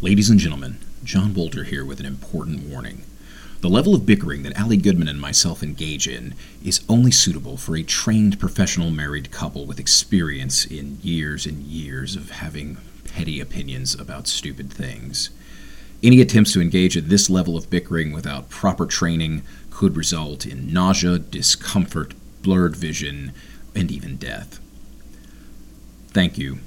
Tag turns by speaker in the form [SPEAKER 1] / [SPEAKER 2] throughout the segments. [SPEAKER 1] Ladies and gentlemen, John Wolter here with an important warning. The level of bickering that Allie Goodman and myself engage in is only suitable for a trained professional married couple with experience in years and years of having petty opinions about stupid things. Any attempts to engage at this level of bickering without proper training could result in nausea, discomfort, blurred vision, and even death. Thank you.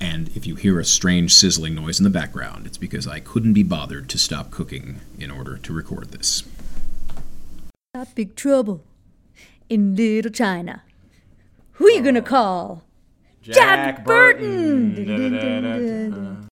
[SPEAKER 1] And if you hear a strange sizzling noise in the background, it's because I couldn't be bothered to stop cooking in order to record this.
[SPEAKER 2] Not big trouble in Little China. Who you
[SPEAKER 3] Oh.
[SPEAKER 2] gonna call? Jack Burton! Dun, dun, dun, dun.
[SPEAKER 3] Uh,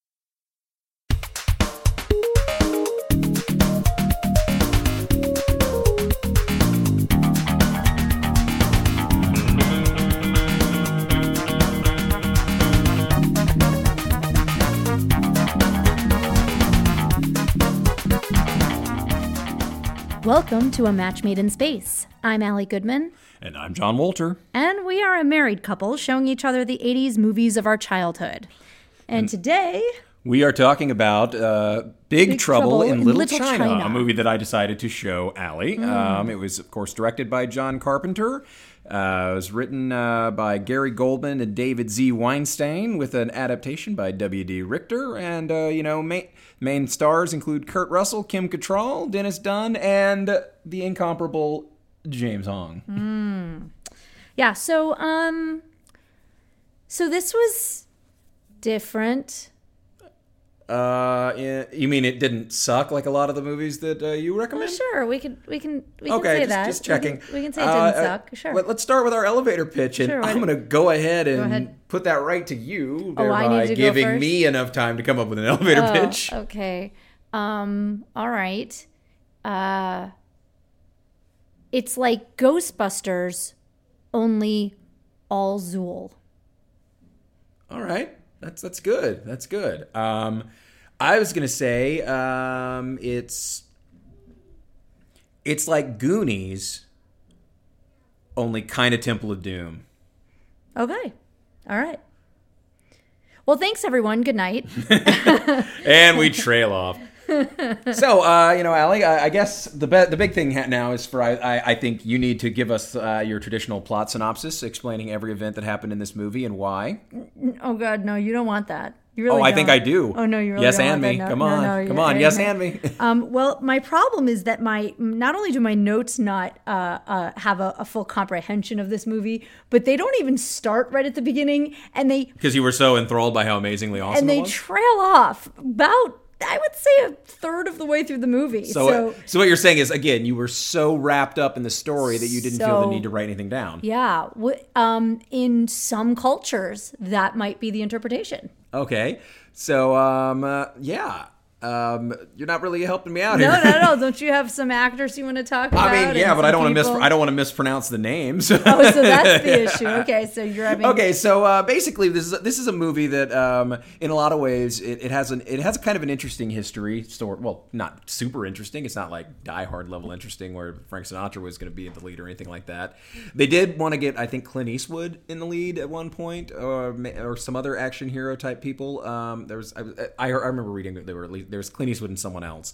[SPEAKER 2] Welcome to A Match Made in Space. I'm Allie Goodman,
[SPEAKER 3] And I'm John Walter.
[SPEAKER 2] and we are a married couple showing each other the 80s movies of our childhood. And today,
[SPEAKER 3] We are talking about uh, Big,
[SPEAKER 2] Big
[SPEAKER 3] Trouble,
[SPEAKER 2] Trouble
[SPEAKER 3] in,
[SPEAKER 2] in
[SPEAKER 3] Little,
[SPEAKER 2] Little
[SPEAKER 3] China,
[SPEAKER 2] China.
[SPEAKER 3] a movie that I decided to show Allie. Um, it was, of course, directed by John Carpenter. Uh, it was written uh, by Gary Goldman and David Z. Weinstein, with an adaptation by W.D. Richter. And, uh, you know, main, main stars include Kurt Russell, Kim Cattrall, Dennis Dunn, and the incomparable James Hong.
[SPEAKER 2] yeah, so um so this was different.
[SPEAKER 3] Uh, yeah, you mean it didn't suck like a lot of the movies that uh, you recommend?
[SPEAKER 2] Sure, we can we can we can
[SPEAKER 3] Okay,
[SPEAKER 2] say
[SPEAKER 3] just,
[SPEAKER 2] that.
[SPEAKER 3] just
[SPEAKER 2] We can-
[SPEAKER 3] checking.
[SPEAKER 2] We can, say it
[SPEAKER 3] Uh,
[SPEAKER 2] didn't
[SPEAKER 3] uh,
[SPEAKER 2] suck. Sure.
[SPEAKER 3] Let, us start with our elevator pitch, and
[SPEAKER 2] Sure, why
[SPEAKER 3] I'm
[SPEAKER 2] don't-
[SPEAKER 3] going to go ahead and
[SPEAKER 2] ahead.
[SPEAKER 3] put that right to you,
[SPEAKER 2] Oh, I
[SPEAKER 3] thereby
[SPEAKER 2] need to go
[SPEAKER 3] giving
[SPEAKER 2] first?
[SPEAKER 3] me enough time to come up with an elevator
[SPEAKER 2] Oh,
[SPEAKER 3] pitch.
[SPEAKER 2] Okay. Um, all right. Uh it's like Ghostbusters, only all Zool. oh.
[SPEAKER 3] All right, that's that's good. That's good. Um, I was going to say um, it's it's like Goonies, only kind of Temple of Doom.
[SPEAKER 2] Okay. All right. Well, thanks everyone. Good night.
[SPEAKER 3] and we trail off. so, uh, you know, Allie, I, I guess the be- the big thing ha- now is for I, I, I think you need to give us uh, your traditional plot synopsis, explaining every event that happened in this movie and why.
[SPEAKER 2] oh god, no, you don't want that. You really
[SPEAKER 3] oh, I think
[SPEAKER 2] don't.
[SPEAKER 3] I do.
[SPEAKER 2] Oh no, you really
[SPEAKER 3] yes,
[SPEAKER 2] don't
[SPEAKER 3] and
[SPEAKER 2] want
[SPEAKER 3] me.
[SPEAKER 2] that. No,
[SPEAKER 3] come
[SPEAKER 2] no,
[SPEAKER 3] on,
[SPEAKER 2] no,
[SPEAKER 3] come
[SPEAKER 2] you-
[SPEAKER 3] on. Yes,
[SPEAKER 2] no.
[SPEAKER 3] and me.
[SPEAKER 2] Um, well, my problem is that my not only do my notes not uh, uh, have a, a full comprehension of this movie, but they don't even start right at the beginning, and they
[SPEAKER 3] Because you were so enthralled by how amazingly awesome
[SPEAKER 2] and
[SPEAKER 3] it
[SPEAKER 2] they
[SPEAKER 3] was.
[SPEAKER 2] trail off about I would say a third of the way through the movie. So,
[SPEAKER 3] so, so what you're saying is again, you were so wrapped up in the story that you didn't feel the
[SPEAKER 2] So-
[SPEAKER 3] need to write anything down.
[SPEAKER 2] yeah, w- um, in some cultures that might be the interpretation.
[SPEAKER 3] Okay, so um, uh, yeah, um, you're not really helping me out
[SPEAKER 2] No,
[SPEAKER 3] here.
[SPEAKER 2] no, no. Don't you have some actors you want to talk about?
[SPEAKER 3] I mean, yeah,
[SPEAKER 2] and
[SPEAKER 3] but I
[SPEAKER 2] some
[SPEAKER 3] don't want to mis-
[SPEAKER 2] people?
[SPEAKER 3] I don't want to mispronounce the names.
[SPEAKER 2] Oh, so that's the issue. Okay, so you're having
[SPEAKER 3] okay, so uh, basically, this is this is a movie that, um, in a lot of ways, it, it has an it has kind of an interesting history. Story, well, not super interesting. It's not like Die Hard level interesting, where Frank Sinatra was going to be the lead or anything like that. They did want to get, I think, Clint Eastwood in the lead at one point, or ma- or some other action hero type people. Um, there was I, I, I remember reading that there were at least, there was Clint Eastwood and someone else.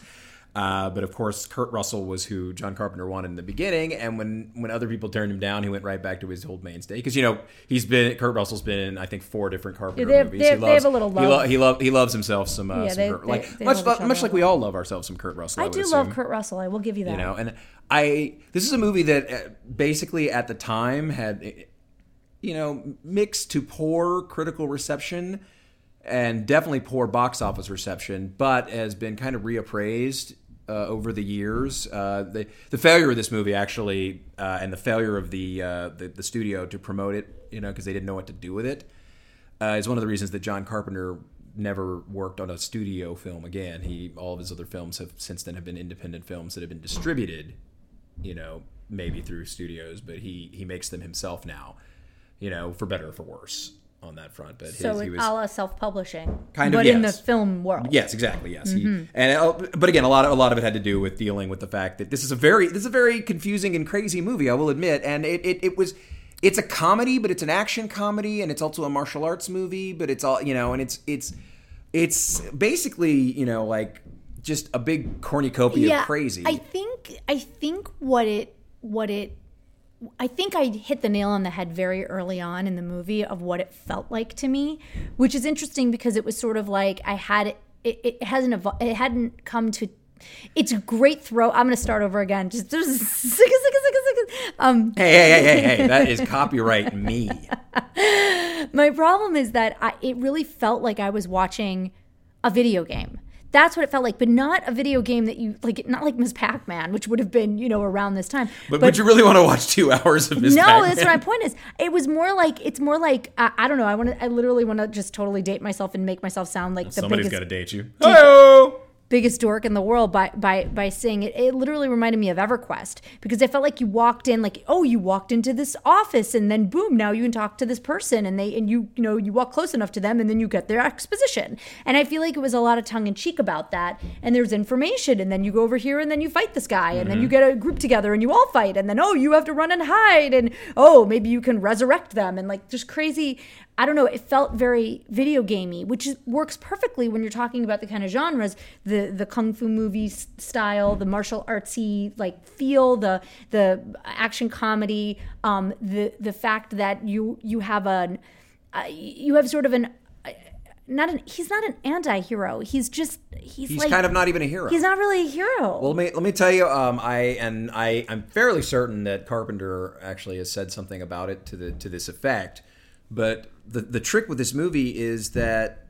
[SPEAKER 3] Uh, but of course, Kurt Russell was who John Carpenter wanted in the beginning, and when when other people turned him down, he went right back to his old mainstay. Because you know he's been Kurt Russell's been in I think four different Carpenter
[SPEAKER 2] they have-
[SPEAKER 3] movies.
[SPEAKER 2] they have-
[SPEAKER 3] he
[SPEAKER 2] they
[SPEAKER 3] loves,
[SPEAKER 2] have a little
[SPEAKER 3] He,
[SPEAKER 2] love.
[SPEAKER 3] he, lo- he loves himself some, uh,
[SPEAKER 2] Yeah,
[SPEAKER 3] some
[SPEAKER 2] they-
[SPEAKER 3] Kurt-
[SPEAKER 2] they-
[SPEAKER 3] like
[SPEAKER 2] they
[SPEAKER 3] much
[SPEAKER 2] love each
[SPEAKER 3] much
[SPEAKER 2] other.
[SPEAKER 3] like we all love ourselves some Kurt Russell.
[SPEAKER 2] I
[SPEAKER 3] would
[SPEAKER 2] do
[SPEAKER 3] assume
[SPEAKER 2] love Kurt Russell. I will give you that.
[SPEAKER 3] you know and i this is a movie that uh, basically at the time had eh, you know mixed to poor critical reception and definitely poor box office reception but has been kind of reappraised uh, over the years, uh, the the failure of this movie actually, uh, and the failure of the, uh, the the studio to promote it, you know, because they didn't know what to do with it, uh, is one of the reasons that John Carpenter never worked on a studio film again. He all of his other films have since then have been independent films that have been distributed, you know, maybe through studios, but he he makes them himself now, you know, for better or for worse on that front. But
[SPEAKER 2] so
[SPEAKER 3] his, he
[SPEAKER 2] it,
[SPEAKER 3] was
[SPEAKER 2] a la self-publishing,
[SPEAKER 3] Kind of,
[SPEAKER 2] but in the
[SPEAKER 3] yes.
[SPEAKER 2] film world.
[SPEAKER 3] Yes, exactly. Yes, He-
[SPEAKER 2] Mm-hmm.
[SPEAKER 3] and uh, but again, a lot of a lot of it had to do with dealing with the fact that this is a very this is a very confusing and crazy movie. I will admit, and it it, it was it's a comedy, but it's an action comedy, and it's also a martial arts movie, but it's all you know, and it's it's. It's basically, you know, like just a big cornucopia of crazy.
[SPEAKER 2] I think I think what it what it I think I hit the nail on the head very early on in the movie of what it felt like to me, which is interesting because it was sort of like I had it, it hasn't evol- it hadn't come to it's a great throw. I'm gonna start over again. Just um
[SPEAKER 3] hey, hey, hey, hey, hey, that is copyright me.
[SPEAKER 2] my problem is that I, it really felt like I was watching a video game. That's what it felt like, but not a video game that you like, not like Ms. Pac Man, which would have been, you know, around this time.
[SPEAKER 3] But, would you really want to watch two hours of Miss
[SPEAKER 2] no,
[SPEAKER 3] Pac-Man?
[SPEAKER 2] that's what my point is. It was more like, it's more like, I, I don't know. I want to, I literally want to just totally date myself and make myself sound like the
[SPEAKER 4] Somebody's
[SPEAKER 2] biggest,
[SPEAKER 4] got to date you. Hello.
[SPEAKER 2] biggest dork in the world by, by, by saying it. It literally reminded me of EverQuest because I felt like you walked in, like, oh, you walked into this office and then boom, now you can talk to this person and they, and you, you know, you walk close enough to them and then you get their exposition. And I feel like it was a lot of tongue in cheek about that. And there's information and then you go over here and then you fight this guy and then you get a group together and you all fight and then, oh, you have to run and hide and, oh, maybe you can resurrect them and like just crazy. I don't know. It felt very video gamey, which is, works perfectly when you're talking about the kind of genres, the the kung fu movie s- style, the martial artsy like feel, the the action comedy, um, the the fact that you you have an uh, you have sort of an uh, not an he's not an anti-hero. He's just he's,
[SPEAKER 3] He's
[SPEAKER 2] like
[SPEAKER 3] kind of not even a hero.
[SPEAKER 2] he's not really a hero.
[SPEAKER 3] Well, let me let me tell you. Um, I and I I'm fairly certain that Carpenter actually has said something about it to the to this effect. But the the trick with this movie is that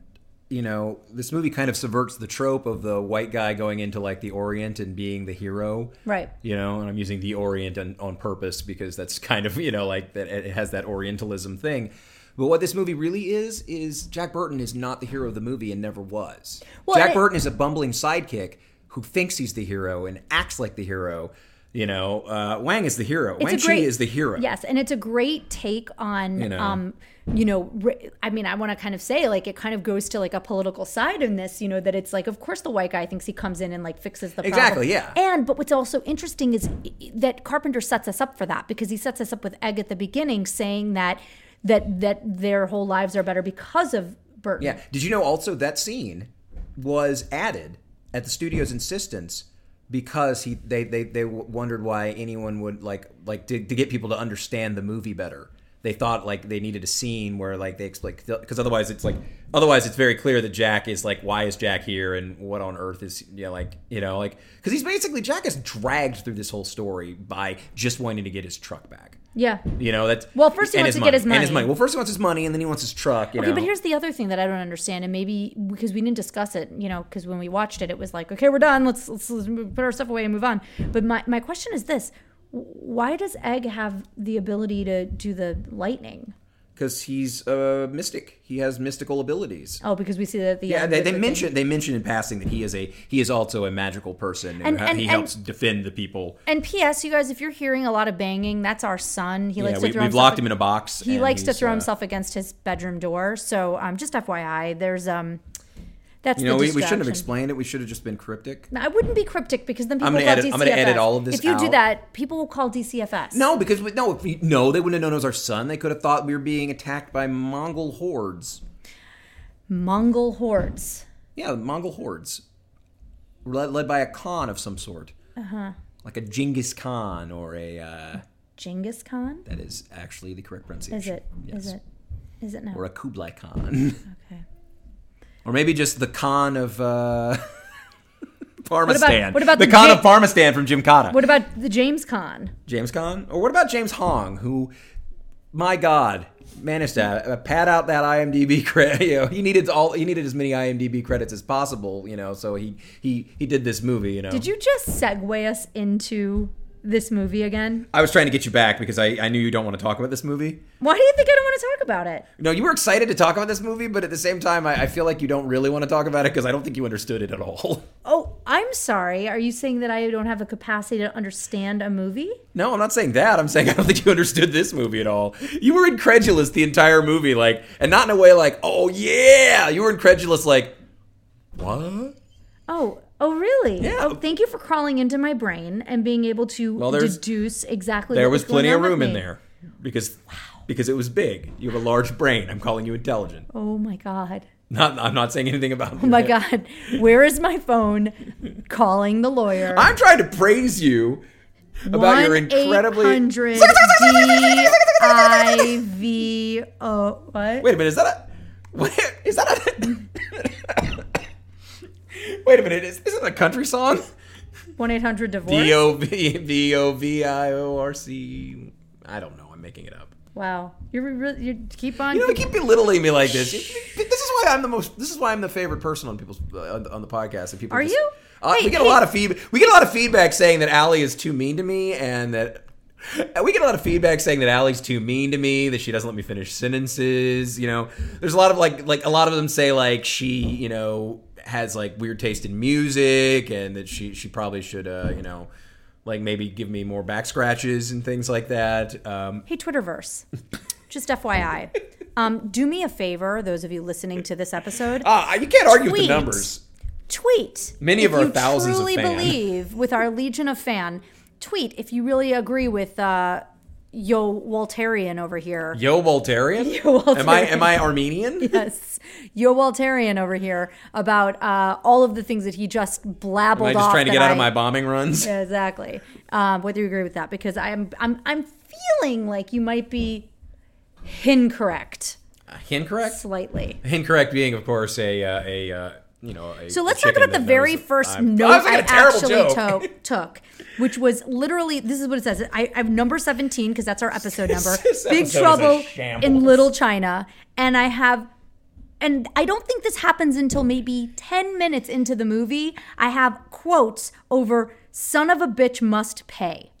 [SPEAKER 3] you know this movie kind of subverts the trope of the white guy going into like the Orient and being the hero,
[SPEAKER 2] right.
[SPEAKER 3] you know and i'm using the orient on, on purpose because that's kind of you know like that it has that orientalism thing but what this movie really is is jack burton is not the hero of the movie and never was
[SPEAKER 2] Well,
[SPEAKER 3] jack
[SPEAKER 2] and it-
[SPEAKER 3] burton is a bumbling sidekick who thinks he's the hero and acts like the hero you know uh, wang is the hero
[SPEAKER 2] It's
[SPEAKER 3] wang
[SPEAKER 2] a
[SPEAKER 3] chi
[SPEAKER 2] great-
[SPEAKER 3] is the hero
[SPEAKER 2] Yes, and it's a great take on,
[SPEAKER 3] know.
[SPEAKER 2] um, you know, re- I mean, I want to kind of say like it kind of goes to like a political side in this, you know, that it's like, of course, the white guy thinks he comes in and like fixes the problem.
[SPEAKER 3] Exactly, yeah.
[SPEAKER 2] And but what's also interesting is that Carpenter sets us up for that because he sets us up with Egg at the beginning, saying that that that their whole lives are better because of Burton.
[SPEAKER 3] Yeah. Did you know also that scene was added at the studio's insistence because he they they, they wondered why anyone would like like to, to get people to understand the movie better. They thought like they needed a scene where like they explain because otherwise it's like otherwise it's very clear that Jack is like why is Jack here and what on earth is you know, like you know like because he's basically Jack is dragged through this whole story by just wanting to get his truck back.
[SPEAKER 2] yeah.
[SPEAKER 3] You know that's
[SPEAKER 2] Well, first he
[SPEAKER 3] and
[SPEAKER 2] wants to get his
[SPEAKER 3] and his
[SPEAKER 2] money.
[SPEAKER 3] money. Well, first he wants his money and then he wants his truck. You
[SPEAKER 2] Okay,
[SPEAKER 3] know?
[SPEAKER 2] but here's the other thing that I don't understand, and maybe because we didn't discuss it, you know, because when we watched it, it was like, okay, we're done. Let's, let's let's move- put our stuff away and move on. But my my question is this: Why does Egg have the ability to do the lightning?
[SPEAKER 3] because he's a mystic. He has mystical abilities.
[SPEAKER 2] Oh, because we see that at the
[SPEAKER 3] Yeah,
[SPEAKER 2] end
[SPEAKER 3] they,
[SPEAKER 2] with
[SPEAKER 3] they
[SPEAKER 2] the
[SPEAKER 3] mention they mention in passing that he is a he is also a magical person
[SPEAKER 2] And-
[SPEAKER 3] and, who-
[SPEAKER 2] and-
[SPEAKER 3] he
[SPEAKER 2] and-
[SPEAKER 3] helps defend the people.
[SPEAKER 2] thing. And P.S. You guys, if you're hearing a lot of banging, that's our son. He likes
[SPEAKER 3] yeah, we,
[SPEAKER 2] to throw
[SPEAKER 3] we've
[SPEAKER 2] himself
[SPEAKER 3] locked him in a box.
[SPEAKER 2] he
[SPEAKER 3] and
[SPEAKER 2] likes to
[SPEAKER 3] he's,
[SPEAKER 2] throw
[SPEAKER 3] uh,
[SPEAKER 2] himself against his bedroom door. So um, just FYI, there's um, that's
[SPEAKER 3] You know,
[SPEAKER 2] the
[SPEAKER 3] we, we shouldn't have
[SPEAKER 2] distraction.
[SPEAKER 3] explained it. We should have just been cryptic.
[SPEAKER 2] I wouldn't be cryptic because then people
[SPEAKER 3] I'm gonna
[SPEAKER 2] call
[SPEAKER 3] edit-
[SPEAKER 2] DCFS.
[SPEAKER 3] I'm gonna edit all of this
[SPEAKER 2] If you do
[SPEAKER 3] out.
[SPEAKER 2] that, people will call DCFS.
[SPEAKER 3] No, because we, no, if we, no, they wouldn't have known it was our son. They could have thought we were being attacked by Mongol hordes.
[SPEAKER 2] Mongol hordes.
[SPEAKER 3] Yeah, Mongol hordes, led, led by a Khan of some sort, uh-huh. like a Genghis Khan or a. Uh,
[SPEAKER 2] Genghis Khan?
[SPEAKER 3] that is actually the correct pronunciation.
[SPEAKER 2] Is it? Is it? Is it now?
[SPEAKER 3] Or a Kublai Khan.
[SPEAKER 2] Okay.
[SPEAKER 3] Or maybe just the con of uh, Parma
[SPEAKER 2] about-
[SPEAKER 3] Stan.
[SPEAKER 2] what about
[SPEAKER 3] the,
[SPEAKER 2] the
[SPEAKER 3] con
[SPEAKER 2] Ja-
[SPEAKER 3] of Parma Stan from Jim Cotta?
[SPEAKER 2] What about the James Khan?
[SPEAKER 3] James Con? Or what about James Hong, who, my God, managed to uh, pad out that IMDb credit. You know, he needed all he needed as many IMDb credits as possible. You know, so he he he did this movie. You know,
[SPEAKER 2] Did you just segue us into this movie again?
[SPEAKER 3] I was trying to get you back because I I knew you don't want to talk about this movie.
[SPEAKER 2] Why do you think I don't want to talk about it?
[SPEAKER 3] No, you were excited to talk about this movie, but at the same time, I, I feel like you don't really want to talk about it because I don't think you understood it at all.
[SPEAKER 2] Oh, I'm sorry. Are you saying that I don't have the capacity to understand a movie?
[SPEAKER 3] No, I'm not saying that. I'm saying I don't think you understood this movie at all. You were incredulous the entire movie, like, and not in a way like, oh yeah. You were incredulous, like, what?
[SPEAKER 2] Oh, oh, really?
[SPEAKER 3] Yeah.
[SPEAKER 2] Oh, thank you for crawling into my brain and being able to
[SPEAKER 3] Well, there's-
[SPEAKER 2] deduce exactly.
[SPEAKER 3] There
[SPEAKER 2] what
[SPEAKER 3] was
[SPEAKER 2] going
[SPEAKER 3] plenty
[SPEAKER 2] on
[SPEAKER 3] of
[SPEAKER 2] with
[SPEAKER 3] room
[SPEAKER 2] me.
[SPEAKER 3] in there because because it was big. You have a large brain. I'm calling you intelligent.
[SPEAKER 2] Oh my god.
[SPEAKER 3] Not, I'm not saying anything about.
[SPEAKER 2] Oh my God, where is my phone? Calling the lawyer.
[SPEAKER 3] I'm trying to praise you about your incredibly.
[SPEAKER 2] hundred D-I-V. Oh, what?
[SPEAKER 3] Wait a minute, is that a? What, is that a? Wait a minute, is, isn't that a country song?
[SPEAKER 2] One eight hundred divorce.
[SPEAKER 3] D E O V V O V I O R C. E. I don't know. I'm making it up.
[SPEAKER 2] wow, you're really you keep on.
[SPEAKER 3] You know, you keep belittling me like this. This is why I'm the most. This is why I'm the favorite person on people's uh, on, on the podcast. And people
[SPEAKER 2] Are
[SPEAKER 3] just-
[SPEAKER 2] you?
[SPEAKER 3] Uh, we
[SPEAKER 2] Hey,
[SPEAKER 3] get a
[SPEAKER 2] hey.
[SPEAKER 3] lot of feedback. We get a lot of feedback saying that Allie is too mean to me, and that and we get a lot of feedback saying that Allie's too mean to me. That she doesn't let me finish sentences. You know, there's a lot of like like a lot of them say like she you know has like weird taste in music, and that she she probably should uh, you know. Like maybe give me more back scratches and things like that. Um,
[SPEAKER 2] Hey, Twitterverse. Just FYI. Um, do me a favor, those of you listening to this episode.
[SPEAKER 3] ah, you can't argue with
[SPEAKER 2] Tweet.
[SPEAKER 3] the numbers.
[SPEAKER 2] tweet.
[SPEAKER 3] Many
[SPEAKER 2] if
[SPEAKER 3] of our
[SPEAKER 2] you
[SPEAKER 3] thousands of
[SPEAKER 2] truly
[SPEAKER 3] fan.
[SPEAKER 2] believe with our legion of fan. Tweet if you really agree with uh, Yo Waltarian over here.
[SPEAKER 3] Yo, Voltarian.
[SPEAKER 2] Yo, Voltarian.
[SPEAKER 3] Am I am I Armenian?
[SPEAKER 2] Yes, Yo Waltarian over here about uh, all of the things that he just blabbled.
[SPEAKER 3] Am I just
[SPEAKER 2] off
[SPEAKER 3] trying to
[SPEAKER 2] that
[SPEAKER 3] get out of
[SPEAKER 2] I-
[SPEAKER 3] my bombing runs?
[SPEAKER 2] Yeah, exactly. Um, whether you agree with that, because I'm I'm I'm feeling like you might be incorrect
[SPEAKER 3] Incorrect.
[SPEAKER 2] slightly.
[SPEAKER 3] Incorrect being, of course, a uh, a uh, you know. A,
[SPEAKER 2] So
[SPEAKER 3] a
[SPEAKER 2] let's talk
[SPEAKER 3] chicken
[SPEAKER 2] about the
[SPEAKER 3] that
[SPEAKER 2] very
[SPEAKER 3] knows that
[SPEAKER 2] first
[SPEAKER 3] I'm- Oh,
[SPEAKER 2] note
[SPEAKER 3] was
[SPEAKER 2] I
[SPEAKER 3] making a terrible
[SPEAKER 2] actually
[SPEAKER 3] joke.
[SPEAKER 2] to- took, which was literally this is what it says. I, I have number seventeen because that's our episode number.
[SPEAKER 3] This episode
[SPEAKER 2] Big
[SPEAKER 3] is a
[SPEAKER 2] Trouble in
[SPEAKER 3] shambles.
[SPEAKER 2] Little China, and I have. And I don't think this happens until maybe 10 minutes into the movie. I have quotes over son of a bitch must pay.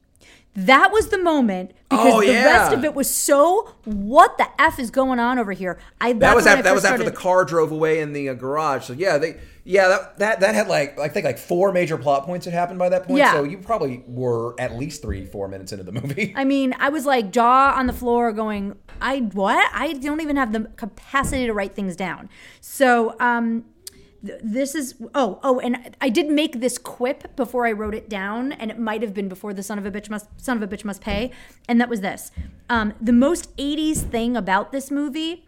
[SPEAKER 2] That was the moment because
[SPEAKER 3] Oh,
[SPEAKER 2] the
[SPEAKER 3] yeah.
[SPEAKER 2] rest of it was so what the f is going on over here? I
[SPEAKER 3] That was after, that was after the car drove away in the uh, garage. So yeah, they yeah that, that that had like I think like four major plot points had happened by that point.
[SPEAKER 2] Yeah.
[SPEAKER 3] So you probably were at least three four minutes into the movie.
[SPEAKER 2] I mean, I was like jaw on the floor going, I what? I don't even have the capacity to write things down. So, um th- this is oh oh and I did make this quip before I wrote it down and it might have been before the son of a bitch must son of a bitch must pay and that was this um, the most 80s thing about this movie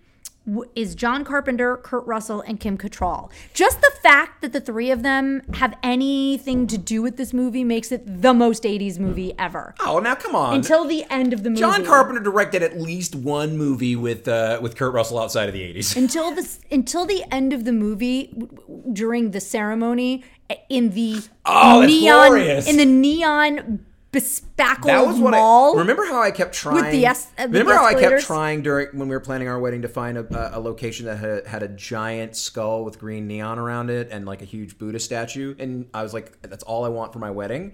[SPEAKER 2] w- is John Carpenter, Kurt Russell, and Kim Cattrall. Just the fact that the three of them have anything to do with this movie makes it the most 80s movie ever
[SPEAKER 3] oh now come on.
[SPEAKER 2] until the end of the movie.
[SPEAKER 3] John Carpenter directed at least one movie with uh, with Kurt Russell outside of the eighties.
[SPEAKER 2] Until the until the end of the movie, w- w- during the ceremony, in the
[SPEAKER 3] Oh, that's
[SPEAKER 2] neon
[SPEAKER 3] glorious.
[SPEAKER 2] in the neon bespackled
[SPEAKER 3] That was what
[SPEAKER 2] mall.
[SPEAKER 3] I remember. How I kept trying
[SPEAKER 2] the es- uh, the
[SPEAKER 3] remember how I kept
[SPEAKER 2] escalators?
[SPEAKER 3] trying during when we were planning our wedding to find a, a, a location that had, had a giant skull with green neon around it and like a huge Buddha statue, and I was like, "That's all I want for my wedding."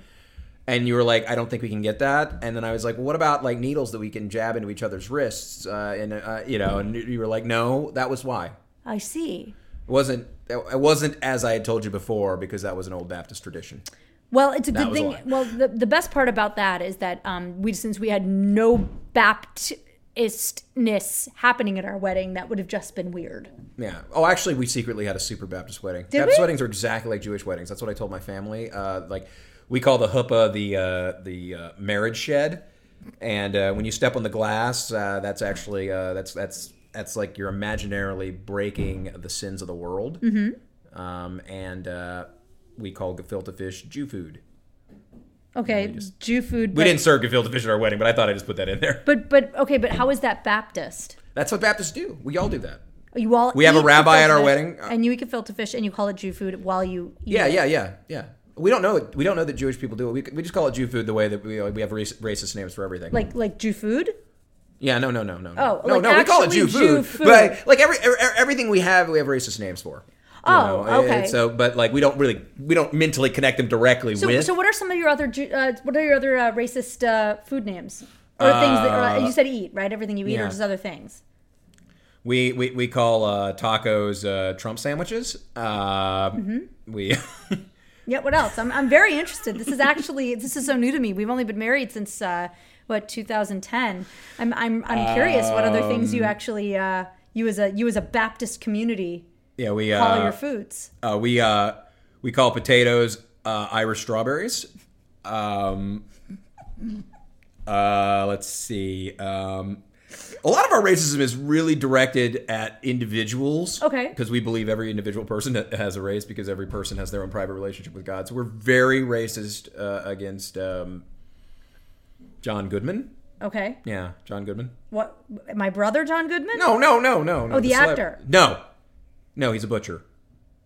[SPEAKER 3] And you were like, "I don't think we can get that." And then I was like, "What about like needles that we can jab into each other's wrists?" Uh, and uh, you know, and you were like, "No, that was why."
[SPEAKER 2] I see.
[SPEAKER 3] It wasn't. It wasn't as I had told you before because that was an old Baptist tradition.
[SPEAKER 2] Well, it's a good
[SPEAKER 3] was a
[SPEAKER 2] thing.
[SPEAKER 3] lie.
[SPEAKER 2] Well, the, the best part about that is that um, we since we had no Baptistness happening at our wedding, that would have just been weird.
[SPEAKER 3] Yeah. Oh, actually, we secretly had a super Baptist wedding.
[SPEAKER 2] Did
[SPEAKER 3] Baptist
[SPEAKER 2] we?
[SPEAKER 3] weddings are exactly like Jewish weddings. That's what I told my family. Uh, like, we call the huppah the uh, the uh, marriage shed, and uh, when you step on the glass, uh, that's actually uh, that's that's that's like you're imaginarily breaking the sins of the world. Mm-hmm. Um, and uh, we call gefilte fish Jew food.
[SPEAKER 2] Okay, Jew food.
[SPEAKER 3] We
[SPEAKER 2] but,
[SPEAKER 3] didn't serve gefilte fish at our wedding, but I thought I just put that in there.
[SPEAKER 2] But but okay, but how is that Baptist?
[SPEAKER 3] That's what Baptists do. We all do that.
[SPEAKER 2] You all
[SPEAKER 3] We have a
[SPEAKER 2] eat
[SPEAKER 3] rabbi at our
[SPEAKER 2] gefilte fish,
[SPEAKER 3] wedding. Uh,
[SPEAKER 2] and you eat gefilte fish, and you call it Jew food while you eat
[SPEAKER 3] Yeah,
[SPEAKER 2] it.
[SPEAKER 3] yeah, yeah, yeah. We don't know. It. We don't know that Jewish people do it. We, we just call it Jew food the way that we we have race, racist names for everything.
[SPEAKER 2] like like Jew food.
[SPEAKER 3] yeah, no, no, no, no. no.
[SPEAKER 2] Oh,
[SPEAKER 3] no,
[SPEAKER 2] like
[SPEAKER 3] no. We call it Jew
[SPEAKER 2] actually
[SPEAKER 3] food,
[SPEAKER 2] Jew food.
[SPEAKER 3] but like every er- everything we have, we have racist names for. you
[SPEAKER 2] Oh,
[SPEAKER 3] know?
[SPEAKER 2] okay.
[SPEAKER 3] And So, but like we don't really we don't mentally connect them directly
[SPEAKER 2] So,
[SPEAKER 3] with.
[SPEAKER 2] so what are some of your other Jew- uh, what are your other uh, racist uh, food names or things that or, you said eat right? Everything you eat
[SPEAKER 3] Uh, yeah.
[SPEAKER 2] or just other things.
[SPEAKER 3] we, we we call uh, tacos uh, Trump sandwiches. Uh,
[SPEAKER 2] Mm-hmm.
[SPEAKER 3] We
[SPEAKER 2] Yeah. What else? I'm I'm very interested. This is actually this is so new to me. We've only been married since uh, what 2010. I'm I'm I'm curious what other things
[SPEAKER 3] Um,
[SPEAKER 2] you actually uh, you as a you as a Baptist community
[SPEAKER 3] yeah we uh,
[SPEAKER 2] call your foods.
[SPEAKER 3] Uh, we uh, we call potatoes uh, Irish strawberries. Um, uh, let's see. Um, A lot of our racism is really directed at individuals.
[SPEAKER 2] Okay.
[SPEAKER 3] Because we believe every individual person that has a race because every person has their own private relationship with God. So we're very racist uh, against um, John Goodman.
[SPEAKER 2] Okay.
[SPEAKER 3] Yeah, John Goodman.
[SPEAKER 2] What? My brother, John Goodman?
[SPEAKER 3] No, no, no, no. no
[SPEAKER 2] Oh, the
[SPEAKER 3] celeb-
[SPEAKER 2] actor.
[SPEAKER 3] No. No, he's a butcher.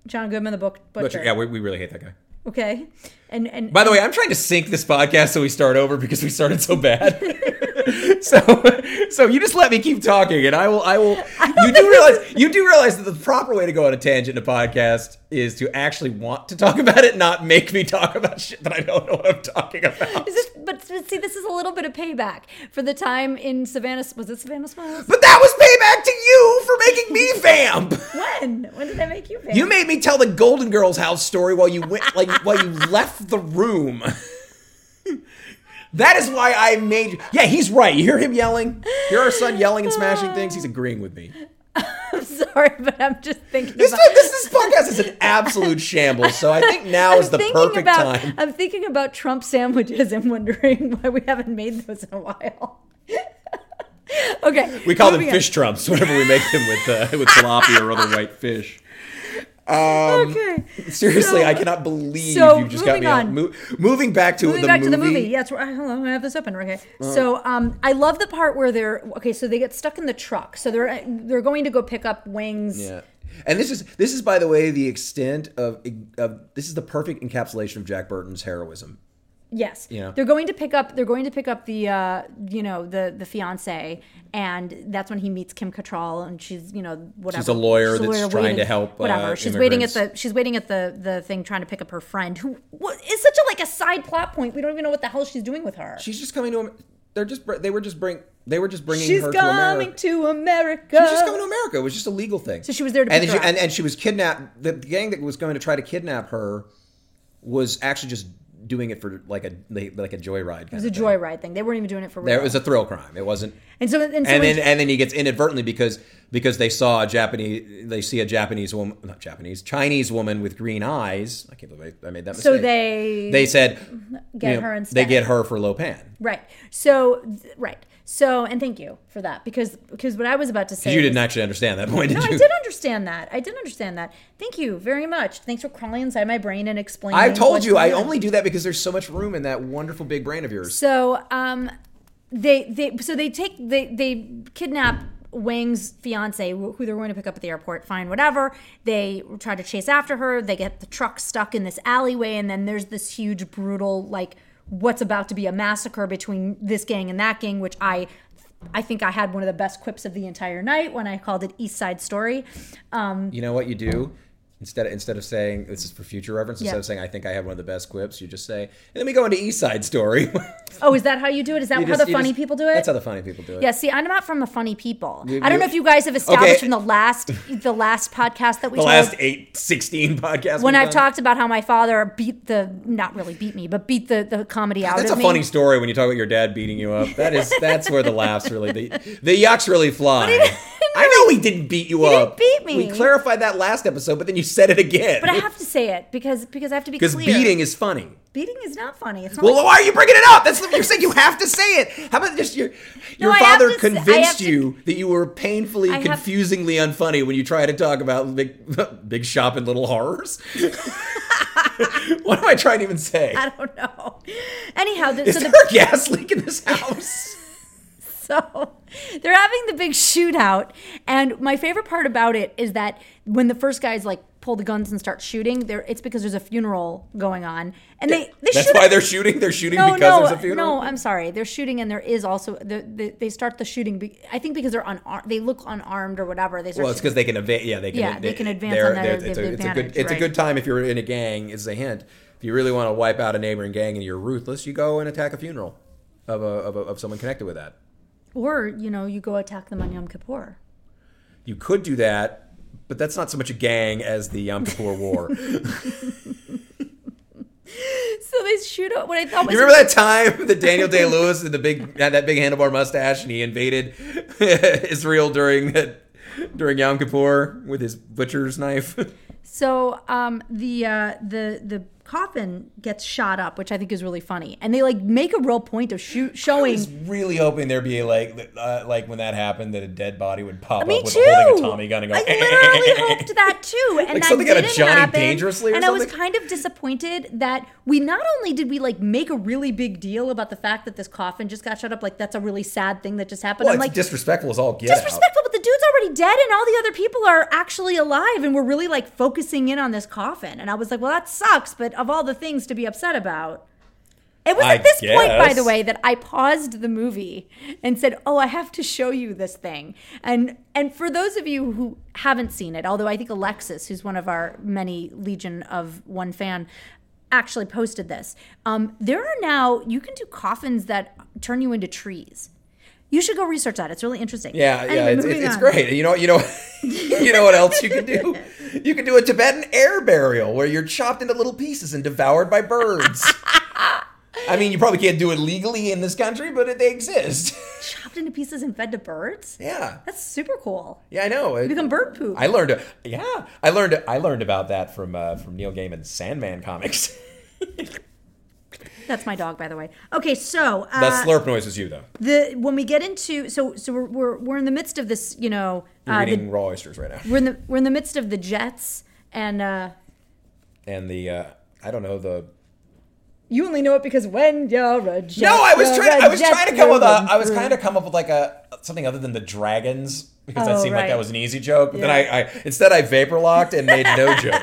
[SPEAKER 2] John Goodman, the book butcher.
[SPEAKER 3] Butcher. Yeah, we, we really hate that guy.
[SPEAKER 2] Okay. And and
[SPEAKER 3] By the way, I'm trying to sync this podcast so we start over because we started so bad. so, so you just let me keep talking, and I will. I will. you do realize you do realize that the proper way to go on a tangent in a podcast is to actually want to talk about it, not make me talk about shit that I don't know what I'm talking about.
[SPEAKER 2] Is this, but but see, this is a little bit of payback for the time in Savannah. Was it Savannah Smiles?
[SPEAKER 3] But that was payback to you for making me vamp.
[SPEAKER 2] When? When did I make you famous?
[SPEAKER 3] You made me tell the Golden Girls house story while you went like while you left the room. that is why I made you. Yeah, he's right. You hear him yelling? You hear our son yelling and smashing things? He's agreeing with me.
[SPEAKER 2] I'm sorry, but I'm just thinking
[SPEAKER 3] This,
[SPEAKER 2] about.
[SPEAKER 3] this, this podcast is an absolute shambles, so I think now
[SPEAKER 2] I'm
[SPEAKER 3] is the
[SPEAKER 2] thinking
[SPEAKER 3] perfect
[SPEAKER 2] about,
[SPEAKER 3] time.
[SPEAKER 2] I'm thinking about Trump sandwiches and wondering why we haven't made those in a while. okay.
[SPEAKER 3] We call them
[SPEAKER 2] moving on.
[SPEAKER 3] fish trumps whenever we make them with uh, with tilapia or other white fish. Um,
[SPEAKER 2] Okay.
[SPEAKER 3] Seriously,
[SPEAKER 2] So-
[SPEAKER 3] I cannot believe
[SPEAKER 2] so
[SPEAKER 3] you just got
[SPEAKER 2] moving
[SPEAKER 3] me on.
[SPEAKER 2] on.
[SPEAKER 3] Mo- moving back to
[SPEAKER 2] Moving
[SPEAKER 3] the
[SPEAKER 2] back
[SPEAKER 3] movie. Uh-huh.
[SPEAKER 2] to the movie. Yeah, it's, I hold on, I have this open. Okay, so um, I love the part where they're okay. So they get stuck in the truck. So they're they're going to go pick up wings.
[SPEAKER 3] Yeah. And this is this is by the way the extent of of this is the perfect encapsulation of Jack Burton's heroism.
[SPEAKER 2] Yes.
[SPEAKER 3] Yeah.
[SPEAKER 2] They're going to pick up. They're going to pick up the uh, you know the the fiance, and that's when he meets Kim Cattrall, and she's you know whatever.
[SPEAKER 3] She's a lawyer
[SPEAKER 2] She's a
[SPEAKER 3] that's trying
[SPEAKER 2] waiting-
[SPEAKER 3] to help,
[SPEAKER 2] Whatever.
[SPEAKER 3] uh,
[SPEAKER 2] she's waiting at the
[SPEAKER 3] immigrants.
[SPEAKER 2] she's waiting at the the thing trying to pick up her friend, who what, is such a like a side plot point. We don't even know what the hell she's doing with her.
[SPEAKER 3] She's just coming to him. They're just br- they were just bring they were just bringing
[SPEAKER 2] she's
[SPEAKER 3] her to
[SPEAKER 2] coming
[SPEAKER 3] America.
[SPEAKER 2] to America.
[SPEAKER 3] She's just coming to America. It was just a legal thing.
[SPEAKER 2] So she was there to
[SPEAKER 3] and
[SPEAKER 2] pick
[SPEAKER 3] then
[SPEAKER 2] her
[SPEAKER 3] she,
[SPEAKER 2] up.
[SPEAKER 3] and and she was kidnapped. The gang that was going to try to kidnap her was actually just doing it for like a like a joyride. Kind
[SPEAKER 2] It was a joyride thing. They weren't even doing it for real.
[SPEAKER 3] There it was a thrill crime. It wasn't.
[SPEAKER 2] and so and, so
[SPEAKER 3] and
[SPEAKER 2] when-
[SPEAKER 3] then and then he gets inadvertently because because they saw a Japanese they see a Japanese woman not Japanese Chinese woman with green eyes I can't believe I, I made that mistake
[SPEAKER 2] so they
[SPEAKER 3] they said
[SPEAKER 2] get her
[SPEAKER 3] they
[SPEAKER 2] instead.
[SPEAKER 3] get her for Lopan
[SPEAKER 2] right. So th- right. So and thank you for that because because what I was about to say
[SPEAKER 3] you
[SPEAKER 2] was-
[SPEAKER 3] didn't actually understand that point did
[SPEAKER 2] No,
[SPEAKER 3] you
[SPEAKER 2] I did understand that. I did understand that. Thank you very much. Thanks for crawling inside my brain and explaining.
[SPEAKER 3] I've told
[SPEAKER 2] what's
[SPEAKER 3] you I
[SPEAKER 2] going on.
[SPEAKER 3] only do that because there's so much room in that wonderful big brain of yours
[SPEAKER 2] So um, they they so they take they they kidnap Wang's fiance, who they're going to pick up at the airport. Fine, whatever. They try to chase after her. They get the truck stuck in this alleyway, and then there's this huge brutal like what's about to be a massacre between this gang and that gang, which I. I think I had one of the best quips of the entire night when I called it East Side Story.
[SPEAKER 3] you know what you do instead of, instead of saying this is for future reference instead
[SPEAKER 2] Yeah.
[SPEAKER 3] of saying I think I have one of the best quips you just say and then we go into East Side Story
[SPEAKER 2] Oh, is that how you do it? Is that
[SPEAKER 3] You
[SPEAKER 2] how
[SPEAKER 3] just-
[SPEAKER 2] the
[SPEAKER 3] you
[SPEAKER 2] funny
[SPEAKER 3] just-
[SPEAKER 2] people do it?
[SPEAKER 3] that's how the funny people do it
[SPEAKER 2] Yeah, see, I'm not from the funny people. I don't know
[SPEAKER 3] you-
[SPEAKER 2] if you guys have established
[SPEAKER 3] Okay.
[SPEAKER 2] from the last the last podcast that we
[SPEAKER 3] the
[SPEAKER 2] told,
[SPEAKER 3] last eight sixteen podcasts
[SPEAKER 2] when
[SPEAKER 3] we've
[SPEAKER 2] I've
[SPEAKER 3] done.
[SPEAKER 2] talked about how my father beat the not really beat me, but beat the the comedy out
[SPEAKER 3] That's
[SPEAKER 2] of
[SPEAKER 3] a
[SPEAKER 2] me.
[SPEAKER 3] funny story when you talk about your dad beating you up. That is that's where the laughs really the, the yucks really fly. I know he didn't beat you
[SPEAKER 2] didn't
[SPEAKER 3] up.
[SPEAKER 2] beat me.
[SPEAKER 3] We clarified that last episode, but then you said it again.
[SPEAKER 2] But I have to say it because because I have to be
[SPEAKER 3] because
[SPEAKER 2] clear.
[SPEAKER 3] beating is funny.
[SPEAKER 2] beating is not funny. It's not
[SPEAKER 3] Well, oh.
[SPEAKER 2] like-
[SPEAKER 3] why are you bringing it up? That's the, you're saying you have to say it. How about just your your
[SPEAKER 2] No, I have
[SPEAKER 3] father
[SPEAKER 2] to say- I have
[SPEAKER 3] convinced
[SPEAKER 2] to-
[SPEAKER 3] you that you were painfully,
[SPEAKER 2] have-
[SPEAKER 3] confusingly unfunny when you try to talk about big big shop and little horrors. what am I trying to even say?
[SPEAKER 2] I don't know. Anyhow, the,
[SPEAKER 3] Is
[SPEAKER 2] so the
[SPEAKER 3] there a gas leak in this house?
[SPEAKER 2] So they're having the big shootout. And my favorite part about it is that when the first guys like pull the guns and start shooting, there it's because there's a funeral going on. And they, they
[SPEAKER 3] That's
[SPEAKER 2] shoot
[SPEAKER 3] why
[SPEAKER 2] at-
[SPEAKER 3] they're shooting. They're shooting
[SPEAKER 2] no,
[SPEAKER 3] because
[SPEAKER 2] no,
[SPEAKER 3] there's a funeral.
[SPEAKER 2] no. I'm sorry. They're shooting, and there is also the, the, they start the shooting. Be, I think because they're unarmed, they look unarmed or whatever. They start.
[SPEAKER 3] well, it's because
[SPEAKER 2] shooting.
[SPEAKER 3] they can advance. Yeah, they can.
[SPEAKER 2] Yeah, they can advance
[SPEAKER 3] they're-
[SPEAKER 2] on their-
[SPEAKER 3] they're- it's,
[SPEAKER 2] their
[SPEAKER 3] a, it's a good.
[SPEAKER 2] advantage,
[SPEAKER 3] It's a
[SPEAKER 2] right.
[SPEAKER 3] good time if you're in a gang. Is a hint. If you really want to wipe out a neighboring gang and you're ruthless, you go and attack a funeral of a, of, a, of someone connected with that.
[SPEAKER 2] or you know, you go attack them on Yom Kippur.
[SPEAKER 3] You could do that, but that's not so much a gang as the Yom Kippur War. you
[SPEAKER 2] So they shoot out what I thought was
[SPEAKER 3] remember that time that Daniel Day Lewis and the big had that big handlebar mustache and he invaded Israel during that during Yom Kippur with his butcher's knife.
[SPEAKER 2] So um, the uh, the the coffin gets shot up, which I think is really funny, and they like make a real point of shoot
[SPEAKER 3] I was
[SPEAKER 2] showing.
[SPEAKER 3] really hoping there'd be like, uh, like when that happened, that a dead body would pop
[SPEAKER 2] Me
[SPEAKER 3] up with
[SPEAKER 2] too.
[SPEAKER 3] holding a Tommy gun and "Eh, go.
[SPEAKER 2] I literally hoped that too, and that
[SPEAKER 3] something out of
[SPEAKER 2] didn't
[SPEAKER 3] Johnny
[SPEAKER 2] happen.
[SPEAKER 3] Dangerously or
[SPEAKER 2] and I was
[SPEAKER 3] something?
[SPEAKER 2] kind of disappointed that we not only did we like make a really big deal about the fact that this coffin just got shot up, like that's a really sad thing that just happened.
[SPEAKER 3] well,
[SPEAKER 2] I'm
[SPEAKER 3] it's
[SPEAKER 2] like,
[SPEAKER 3] disrespectful as all get out.
[SPEAKER 2] disrespectful, but the dude's already dead, and all the other people are actually alive, and we're really like focusing in on this coffin. And I was like, well, that sucks, but of all the things to be upset about. It was
[SPEAKER 3] I
[SPEAKER 2] at this point, by
[SPEAKER 3] guess.
[SPEAKER 2] the way, that I paused the movie and said, "Oh, I have to show you this thing." And and for those of you who haven't seen it, although I think Alexis, who's one of our many legion of one fan, actually posted this. Um, there are now you can do coffins that turn you into trees. You should go research that. It's really interesting.
[SPEAKER 3] Yeah,
[SPEAKER 2] Anyway,
[SPEAKER 3] yeah, it's,
[SPEAKER 2] moving
[SPEAKER 3] it's, it's
[SPEAKER 2] on.
[SPEAKER 3] great. You know, you know, you know what else you can do? You can do a Tibetan air burial where you're chopped into little pieces and devoured by birds. I mean, you probably can't do it legally in this country, but they exist.
[SPEAKER 2] Chopped into pieces and fed to birds.
[SPEAKER 3] yeah,
[SPEAKER 2] That's super cool.
[SPEAKER 3] yeah, I know. It-
[SPEAKER 2] Become bird poop.
[SPEAKER 3] I learned. Yeah, I learned. I learned about that from uh, from Neil Gaiman's Sandman comics.
[SPEAKER 2] That's my dog, by the way. Okay, so uh,
[SPEAKER 3] that slurp noise was you though.
[SPEAKER 2] the when we get into so so we're we're, we're in the midst of this you know
[SPEAKER 3] You're
[SPEAKER 2] uh,
[SPEAKER 3] eating
[SPEAKER 2] the,
[SPEAKER 3] raw oysters right now,
[SPEAKER 2] we're in the we're in the midst of the jets and uh
[SPEAKER 3] and the uh, I don't know the.
[SPEAKER 2] you only know it because when you're a jet
[SPEAKER 3] No, I was
[SPEAKER 2] you're
[SPEAKER 3] trying.
[SPEAKER 2] a
[SPEAKER 3] I was
[SPEAKER 2] jet,
[SPEAKER 3] trying to come
[SPEAKER 2] you're
[SPEAKER 3] up with. A, I was
[SPEAKER 2] through.
[SPEAKER 3] kind of come up with like a something other than the dragons because that
[SPEAKER 2] Oh,
[SPEAKER 3] seemed like
[SPEAKER 2] right.
[SPEAKER 3] that was an easy joke. But then
[SPEAKER 2] Yeah.
[SPEAKER 3] I, I instead I vapor locked and made no joke.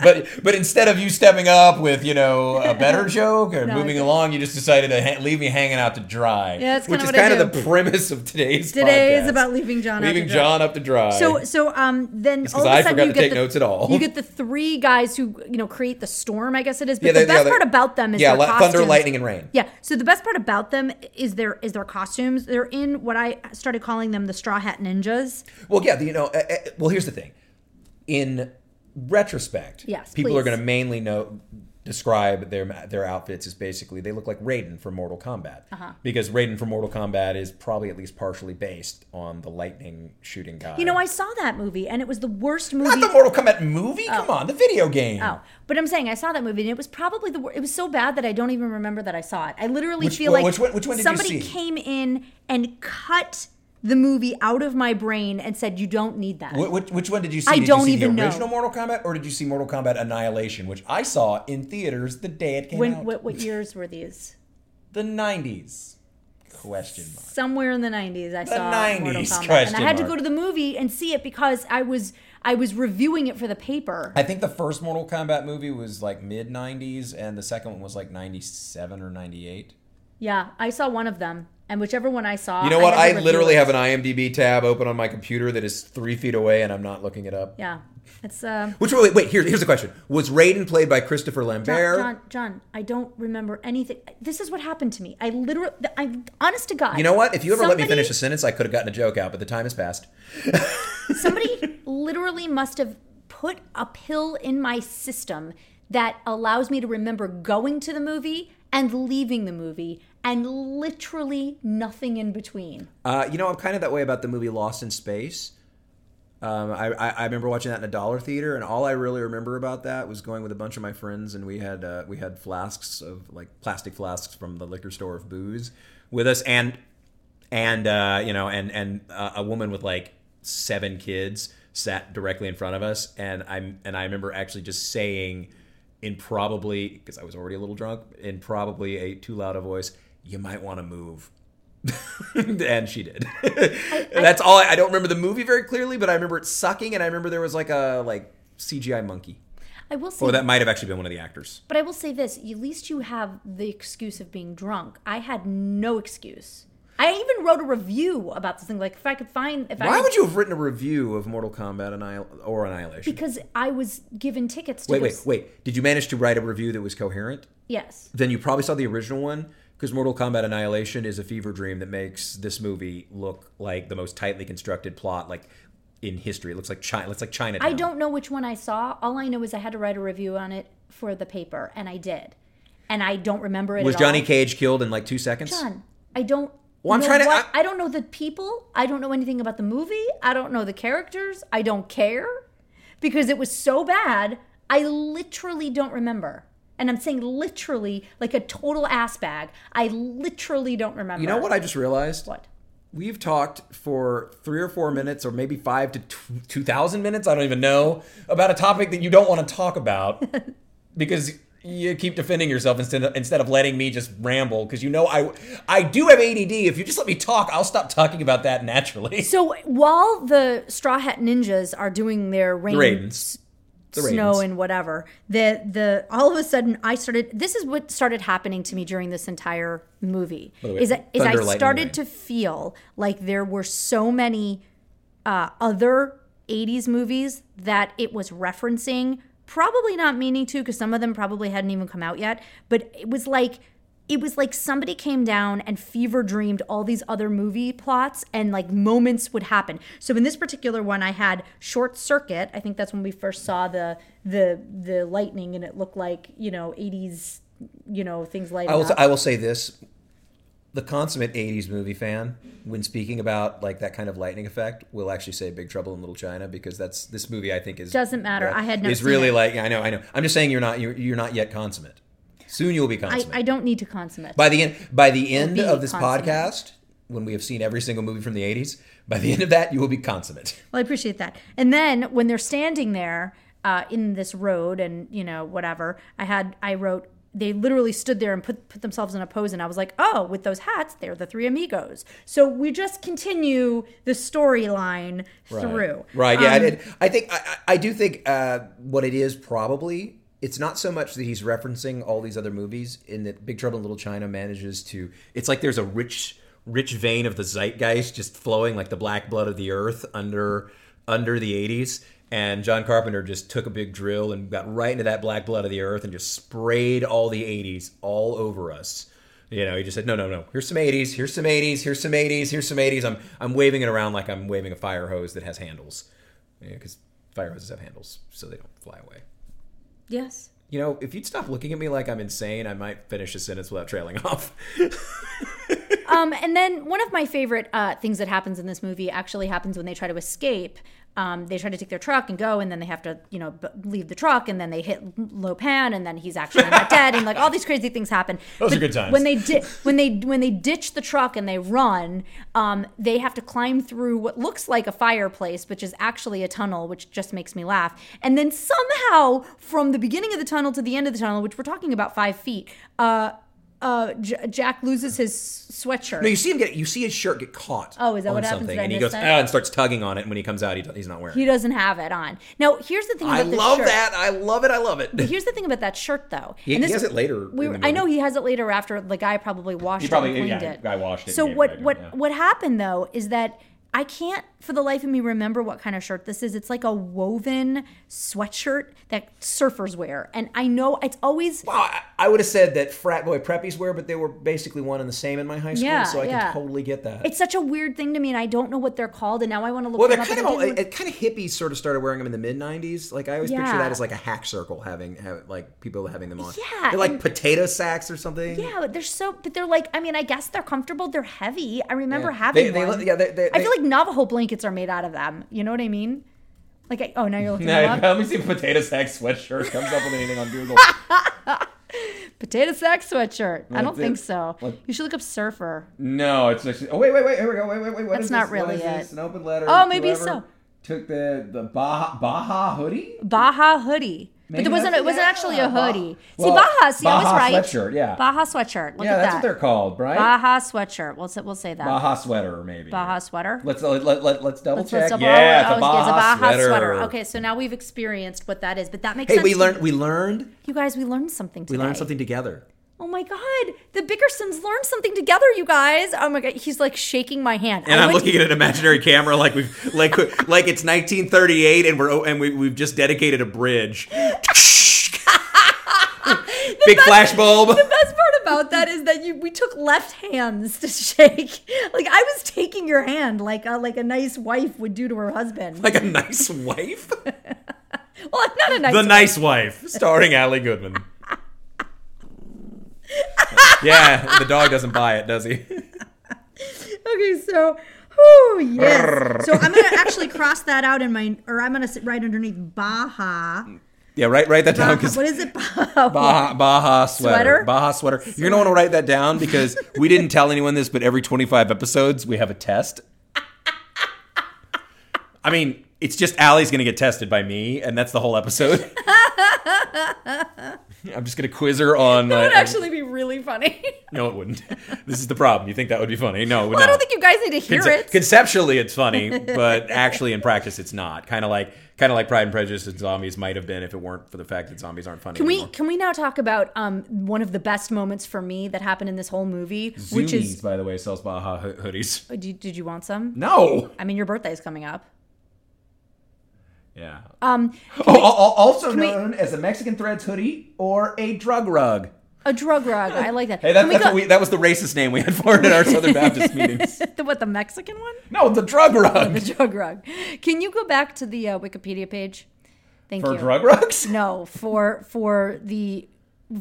[SPEAKER 3] But but instead of you stepping up with you know a better joke or moving
[SPEAKER 2] didn't.
[SPEAKER 3] along, you just decided to ha- leave me hanging out to dry.
[SPEAKER 2] Yeah, that's
[SPEAKER 3] which
[SPEAKER 2] kinda
[SPEAKER 3] is
[SPEAKER 2] what I
[SPEAKER 3] kind of
[SPEAKER 2] do.
[SPEAKER 3] the premise of today's.
[SPEAKER 2] Today is
[SPEAKER 3] podcast.
[SPEAKER 2] about leaving John out
[SPEAKER 3] leaving
[SPEAKER 2] to dry.
[SPEAKER 3] John up to dry.
[SPEAKER 2] so so um then all
[SPEAKER 3] 'cause
[SPEAKER 2] of a
[SPEAKER 3] I
[SPEAKER 2] sudden
[SPEAKER 3] forgot
[SPEAKER 2] you
[SPEAKER 3] to
[SPEAKER 2] get
[SPEAKER 3] take
[SPEAKER 2] the,
[SPEAKER 3] notes at all.
[SPEAKER 2] you get the three guys who you know create the storm I guess it is but
[SPEAKER 3] Yeah,
[SPEAKER 2] the
[SPEAKER 3] they-
[SPEAKER 2] best
[SPEAKER 3] yeah, they-
[SPEAKER 2] part about them is
[SPEAKER 3] yeah,
[SPEAKER 2] their
[SPEAKER 3] li- thunder,
[SPEAKER 2] costumes.
[SPEAKER 3] lightning, and rain.
[SPEAKER 2] yeah so the best part about them is their is their costumes they're in what I started calling them the straw hat ninjas
[SPEAKER 3] Well, yeah, you know. Uh, uh, well, here's the thing. In retrospect,
[SPEAKER 2] Yes,
[SPEAKER 3] people are
[SPEAKER 2] please.
[SPEAKER 3] going to mainly know describe their ma- their outfits as basically they look like Raiden from Mortal Kombat
[SPEAKER 2] Uh-huh.
[SPEAKER 3] because Raiden from Mortal Kombat is probably at least partially based on the lightning shooting guy.
[SPEAKER 2] you know I saw that movie and it was the worst movie
[SPEAKER 3] not the Mortal Kombat movie. Come on, the video game.
[SPEAKER 2] Oh, but I'm saying I saw that movie and it was probably the wor- it was so bad that I don't even remember that I saw it. I literally
[SPEAKER 3] Which-
[SPEAKER 2] feel
[SPEAKER 3] well,
[SPEAKER 2] like
[SPEAKER 3] which one- which one did you
[SPEAKER 2] somebody
[SPEAKER 3] see?
[SPEAKER 2] came in and cut the movie out of my brain and said you don't need that.
[SPEAKER 3] Wh- Which, which one did you see?
[SPEAKER 2] I
[SPEAKER 3] did
[SPEAKER 2] don't
[SPEAKER 3] you see
[SPEAKER 2] even
[SPEAKER 3] the
[SPEAKER 2] know.
[SPEAKER 3] original Mortal Kombat, or did you see Mortal Kombat Annihilation, which I saw in theaters the day it came
[SPEAKER 2] when
[SPEAKER 3] out?
[SPEAKER 2] what, what years were these?
[SPEAKER 3] the '90s? Question mark.
[SPEAKER 2] Somewhere in the 90s I saw Mortal
[SPEAKER 3] 90s,
[SPEAKER 2] Kombat and I
[SPEAKER 3] question
[SPEAKER 2] had to
[SPEAKER 3] mark.
[SPEAKER 2] go to the movie and see it because I was I was reviewing it for the paper.
[SPEAKER 3] I think the first Mortal Kombat movie was like mid '90s, and the second one was like '97 or '98.
[SPEAKER 2] yeah, I saw one of them and whichever one I saw
[SPEAKER 3] You know what?
[SPEAKER 2] had to
[SPEAKER 3] I
[SPEAKER 2] review
[SPEAKER 3] literally
[SPEAKER 2] it.
[SPEAKER 3] have an IMDb tab open on my computer that is three feet away, and I'm not looking it up.
[SPEAKER 2] Yeah. It's uh
[SPEAKER 3] Which wait, wait here's here's the question: Was Raiden played by Christopher Lambert?
[SPEAKER 2] John, John, John, I don't remember anything. This is what happened to me. I literally, I honest to God.
[SPEAKER 3] you know what? If you ever let me
[SPEAKER 2] somebody-
[SPEAKER 3] finish a sentence, I could have gotten a joke out, but the time has passed.
[SPEAKER 2] somebody literally must have put a pill in my system that allows me to remember going to the movie and leaving the movie and literally nothing in between.
[SPEAKER 3] Uh, you know, I'm kind of that way about the movie Lost in Space. Um, I, I, I remember watching that in a dollar theater, and all I really remember about that was going with a bunch of my friends, and we had uh, we had flasks of like plastic flasks from the liquor store of booze with us, and and uh, you know, and and uh, a woman with like seven kids sat directly in front of us, and I'm and I remember actually just saying in probably because I was already a little drunk in probably a too loud a voice, you might want to move. and she did. That's all. I, I don't remember the movie very clearly, but I remember it sucking, and I remember there was like a like CGI monkey,
[SPEAKER 2] I will say
[SPEAKER 3] or that might have actually been one of the actors.
[SPEAKER 2] But I will say this: at least you have the excuse of being drunk. I had no excuse. I even wrote a review about this thing. Like, if I could find, if I
[SPEAKER 3] Why
[SPEAKER 2] could-
[SPEAKER 3] would you have written a review of Mortal Kombat Annihil- or Annihilation?
[SPEAKER 2] Because I was given tickets. to
[SPEAKER 3] wait,
[SPEAKER 2] go
[SPEAKER 3] wait,
[SPEAKER 2] s-
[SPEAKER 3] wait. Did you manage to write a review that was coherent?
[SPEAKER 2] Yes.
[SPEAKER 3] Then you probably saw the original one because Mortal Kombat Annihilation is a fever dream that makes this movie look like the most tightly constructed plot like in history. It looks like China. Looks like Chinatown.
[SPEAKER 2] I don't know which one I saw. All I know is I had to write a review on it for the paper, and I did. And I don't remember it.
[SPEAKER 3] Was
[SPEAKER 2] at all.
[SPEAKER 3] Johnny Cage killed in like two seconds?
[SPEAKER 2] John, I don't.
[SPEAKER 3] Well, I'm
[SPEAKER 2] know
[SPEAKER 3] trying to-
[SPEAKER 2] what-
[SPEAKER 3] I-
[SPEAKER 2] I, don't know the people. I don't know anything about the movie. I don't know the characters. I don't care. because it was so bad. I literally don't remember. And I'm saying literally, like a total ass bag. I literally don't remember.
[SPEAKER 3] You know what I just realized?
[SPEAKER 2] What?
[SPEAKER 3] We've talked for three or four minutes, or maybe five to t- 2,000 minutes, I don't even know, about a topic that you don't want to talk about because you keep defending yourself instead of, instead of letting me just ramble. Because you know, I, I do have ADD. If you just let me talk, I'll stop talking about that naturally.
[SPEAKER 2] So while the Straw Hat Ninjas are doing their rain,
[SPEAKER 3] Raidens. The
[SPEAKER 2] snow
[SPEAKER 3] Raidens.
[SPEAKER 2] and whatever, the the all of a sudden I started. This is what started happening to me during this entire movie. Is that is I
[SPEAKER 3] thunder, lightning, rain.
[SPEAKER 2] started to feel like there were so many uh, other 80s movies that it was referencing, probably not meaning to, because some of them probably hadn't even come out yet. But it was like, it was like somebody came down and fever dreamed all these other movie plots and like moments would happen. So in this particular one, I had Short Circuit. I think that's when we first saw the the the lightning, and it looked like you know 80s, you know things like
[SPEAKER 3] I will, I will say this. The consummate 80s movie fan, when speaking about like that kind of lightning effect, will actually say Big Trouble in Little China because that's this movie I think is
[SPEAKER 2] Doesn't matter. I had never
[SPEAKER 3] It's
[SPEAKER 2] seen
[SPEAKER 3] really
[SPEAKER 2] it.
[SPEAKER 3] like yeah, I know I know. I'm just saying you're not you're, you're not yet consummate. Soon you will be
[SPEAKER 2] I,
[SPEAKER 3] consummate.
[SPEAKER 2] I don't need to consummate.
[SPEAKER 3] by the end by the end
[SPEAKER 2] be
[SPEAKER 3] of this
[SPEAKER 2] consummate.
[SPEAKER 3] podcast, when we have seen every single movie from the 80s, by the end of that you will be consummate.
[SPEAKER 2] Well, I appreciate that. And then when they're standing there uh, in this road and you know whatever, I had I wrote they literally stood there and put put themselves in a pose, and I was like, oh, with those hats, they're the three amigos. So we just continue the storyline through. Um,
[SPEAKER 3] Right. Yeah. I did. I think I, I I do think uh, what it is probably it's not so much that he's referencing all these other movies in that Big Trouble in Little China manages to. It's like there's a rich rich vein of the zeitgeist just flowing like the black blood of the earth under under the 80s and John Carpenter just took a big drill and got right into that black blood of the earth and just sprayed all the 80s all over us. You know, he just said, "No, no, no. Here's some 80s. Here's some 80s. Here's some 80s. Here's some 80s." I'm I'm waving it around like I'm waving a fire hose that has handles, because fire hoses have handles, so they don't fly away.
[SPEAKER 2] Yes.
[SPEAKER 3] You know, if you'd stop looking at me like I'm insane, I might finish a sentence without trailing off.
[SPEAKER 2] Um, and then one of my favorite uh, things that happens in this movie actually happens when they try to escape. Um, they try to take their truck and go, and then they have to, you know, b- leave the truck, and then they hit Lopan, and then he's actually not dead, and like all these crazy things happen.
[SPEAKER 3] Those are
[SPEAKER 2] But
[SPEAKER 3] good times.
[SPEAKER 2] When they di- when they when they ditch the truck and they run, um, they have to climb through what looks like a fireplace, which is actually a tunnel, which just makes me laugh. And then somehow, from the beginning of the tunnel to the end of the tunnel, which we're talking about five feet, uh, uh, J- Jack loses his sweatshirt.
[SPEAKER 3] no, you see him get you see his shirt get caught.
[SPEAKER 2] Oh, is that
[SPEAKER 3] on
[SPEAKER 2] what happens?
[SPEAKER 3] something,
[SPEAKER 2] Did I
[SPEAKER 3] and he
[SPEAKER 2] miss
[SPEAKER 3] goes
[SPEAKER 2] that?
[SPEAKER 3] ah, and starts tugging on it. And when he comes out, he, do- he's not wearing.
[SPEAKER 2] He
[SPEAKER 3] it.
[SPEAKER 2] doesn't have it on. Now, here's the thing about
[SPEAKER 3] I
[SPEAKER 2] this
[SPEAKER 3] love
[SPEAKER 2] shirt.
[SPEAKER 3] that. I love it. I love it.
[SPEAKER 2] Here's the thing about that shirt, though.
[SPEAKER 3] He-
[SPEAKER 2] And
[SPEAKER 3] he has it later
[SPEAKER 2] we
[SPEAKER 3] in
[SPEAKER 2] were-
[SPEAKER 3] the
[SPEAKER 2] I know
[SPEAKER 3] movie.
[SPEAKER 2] he has it later after the guy probably washed
[SPEAKER 3] probably-
[SPEAKER 2] it and cleaned
[SPEAKER 3] yeah,
[SPEAKER 2] it.
[SPEAKER 3] guy washed it and
[SPEAKER 2] So
[SPEAKER 3] gave it
[SPEAKER 2] what
[SPEAKER 3] back to him,
[SPEAKER 2] what
[SPEAKER 3] yeah.
[SPEAKER 2] what happened though is that I can't for the life of me remember what kind of shirt this is. It's like a woven sweatshirt that surfers wear, and I know it's always
[SPEAKER 3] Wow, I, I would have said that frat boy preppies wear, but they were basically one and the same in my high school,
[SPEAKER 2] Yeah,
[SPEAKER 3] so I
[SPEAKER 2] yeah.
[SPEAKER 3] can totally get that.
[SPEAKER 2] it's such a weird thing to me, and I don't know what they're called. And now I want to look.
[SPEAKER 3] Well,
[SPEAKER 2] them
[SPEAKER 3] they're
[SPEAKER 2] up,
[SPEAKER 3] kind of
[SPEAKER 2] and I
[SPEAKER 3] all,
[SPEAKER 2] didn't-
[SPEAKER 3] it, kind of hippies sort of started wearing them in the mid '90s. Like I always picture
[SPEAKER 2] Yeah.
[SPEAKER 3] that as like a hack circle having, have, like people having them on.
[SPEAKER 2] Yeah,
[SPEAKER 3] they're like
[SPEAKER 2] and-
[SPEAKER 3] potato sacks or something.
[SPEAKER 2] Yeah, but they're so. But they're like. I mean, I guess they're comfortable. They're heavy. I remember
[SPEAKER 3] Yeah.
[SPEAKER 2] having
[SPEAKER 3] They- they
[SPEAKER 2] one.
[SPEAKER 3] look- yeah, they- they-
[SPEAKER 2] I feel
[SPEAKER 3] they-
[SPEAKER 2] like Navajo blankets are made out of them. You know what I mean? Like, I, oh, now you're looking them up.
[SPEAKER 5] let me see if potato sack sweatshirt comes up with anything on Google.
[SPEAKER 2] Potato sack sweatshirt. I don't
[SPEAKER 5] That's
[SPEAKER 2] think
[SPEAKER 5] it.
[SPEAKER 2] so.
[SPEAKER 5] What-
[SPEAKER 2] You should look up surfer.
[SPEAKER 5] No, it's actually. Oh wait, wait, wait. Here we go. Wait, wait, wait. What
[SPEAKER 2] That's
[SPEAKER 5] is
[SPEAKER 2] not
[SPEAKER 5] this? What
[SPEAKER 2] really
[SPEAKER 5] is
[SPEAKER 2] it.
[SPEAKER 5] This? An open letter.
[SPEAKER 2] Oh, maybe
[SPEAKER 5] Whoever
[SPEAKER 2] so.
[SPEAKER 5] Took the the Baja Baja hoodie.
[SPEAKER 2] Baja hoodie. but
[SPEAKER 5] Maybe
[SPEAKER 2] it wasn't.
[SPEAKER 5] that's-
[SPEAKER 2] It wasn't
[SPEAKER 5] yeah,
[SPEAKER 2] actually a
[SPEAKER 5] Baja.
[SPEAKER 2] hoodie.
[SPEAKER 5] Well,
[SPEAKER 2] see, Baja. See, I was
[SPEAKER 5] Baja
[SPEAKER 2] right.
[SPEAKER 5] sweatshirt, yeah.
[SPEAKER 2] Baja sweatshirt. Look
[SPEAKER 5] yeah,
[SPEAKER 2] at
[SPEAKER 5] that's
[SPEAKER 2] that.
[SPEAKER 5] what they're called, right?
[SPEAKER 2] Baja sweatshirt. We'll say, we'll say that. Baja,
[SPEAKER 5] Baja sweater, maybe.
[SPEAKER 2] sweater.
[SPEAKER 5] Let's let, let, let, let's double
[SPEAKER 2] Let's-
[SPEAKER 5] check.
[SPEAKER 2] let's double-
[SPEAKER 5] yeah,
[SPEAKER 2] oh,
[SPEAKER 5] it's a Baja, sweater.
[SPEAKER 2] Okay, so now we've experienced what that is, but that makes
[SPEAKER 3] Hey,
[SPEAKER 2] sense.
[SPEAKER 3] we
[SPEAKER 2] to
[SPEAKER 3] learned.
[SPEAKER 2] me.
[SPEAKER 3] We learned.
[SPEAKER 2] You guys, we learned something today.
[SPEAKER 3] We learned something together.
[SPEAKER 2] Oh my God, the Bickersons learned something together, you guys. Oh my God, he's like shaking my hand.
[SPEAKER 3] And
[SPEAKER 2] I
[SPEAKER 3] I'm
[SPEAKER 2] would-
[SPEAKER 3] looking at an imaginary camera like we've like like it's 1938 and we're and we, we've just dedicated a bridge. Big flash bulb.
[SPEAKER 2] The best part about that is that you, we took left hands to shake. Like I was taking your hand, like a, like a nice wife would do to her husband.
[SPEAKER 3] Like a nice wife.
[SPEAKER 2] well, I'm not a nice.
[SPEAKER 3] The Nice Wife, starring Allie Goodman. yeah, the dog doesn't buy it, does he?
[SPEAKER 2] Okay, so
[SPEAKER 6] Woo, yes. So I'm gonna actually cross that out in my, or I'm gonna sit right underneath Baja.
[SPEAKER 3] Yeah, write write that down
[SPEAKER 6] Baja
[SPEAKER 3] because
[SPEAKER 6] what is it? Baja.
[SPEAKER 3] Baja, Baja sweater.
[SPEAKER 2] Sweater?
[SPEAKER 3] Baja sweater. You're gonna want to write that down because we didn't tell anyone this, but every 25 episodes we have a test. I mean, it's just Allie's gonna get tested by me, and that's the whole episode. I'm just gonna quiz her on.
[SPEAKER 2] That
[SPEAKER 3] uh,
[SPEAKER 2] would actually be really funny.
[SPEAKER 3] no, it wouldn't. This is the problem. You think that would be funny? No, it would
[SPEAKER 2] well, I
[SPEAKER 3] not.
[SPEAKER 2] don't think you guys need to hear
[SPEAKER 3] Conce-
[SPEAKER 2] it.
[SPEAKER 3] Conceptually, it's funny, but actually, in practice, it's not. Kind of like, kind of like Pride and Prejudice and zombies might have been if it weren't for the fact that zombies aren't funny.
[SPEAKER 2] Can we
[SPEAKER 3] anymore.
[SPEAKER 2] can we now talk about um, one of the best moments for me that happened in this whole movie, which
[SPEAKER 3] Zoomies,
[SPEAKER 2] is
[SPEAKER 3] by the way, sells Baja ho- hoodies.
[SPEAKER 2] Oh, did, did you want some?
[SPEAKER 3] No.
[SPEAKER 2] I mean, your birthday is coming up.
[SPEAKER 3] Yeah.
[SPEAKER 2] Um,
[SPEAKER 3] Oh, al- al- also
[SPEAKER 2] we-
[SPEAKER 3] known as a Mexican Threads hoodie or a drug rug.
[SPEAKER 2] a drug rug. I like that.
[SPEAKER 3] Hey, that,
[SPEAKER 2] Can we
[SPEAKER 3] that's
[SPEAKER 2] go-
[SPEAKER 3] what we, that was the racist name we had for it at our Southern Baptist meetings.
[SPEAKER 2] the, what the Mexican one?
[SPEAKER 3] No, the drug
[SPEAKER 2] Oh, The
[SPEAKER 3] rug.
[SPEAKER 2] drug rug. Can you go back to the uh, Wikipedia page? Thank
[SPEAKER 3] For
[SPEAKER 2] you.
[SPEAKER 3] drug rugs?
[SPEAKER 2] No, for for the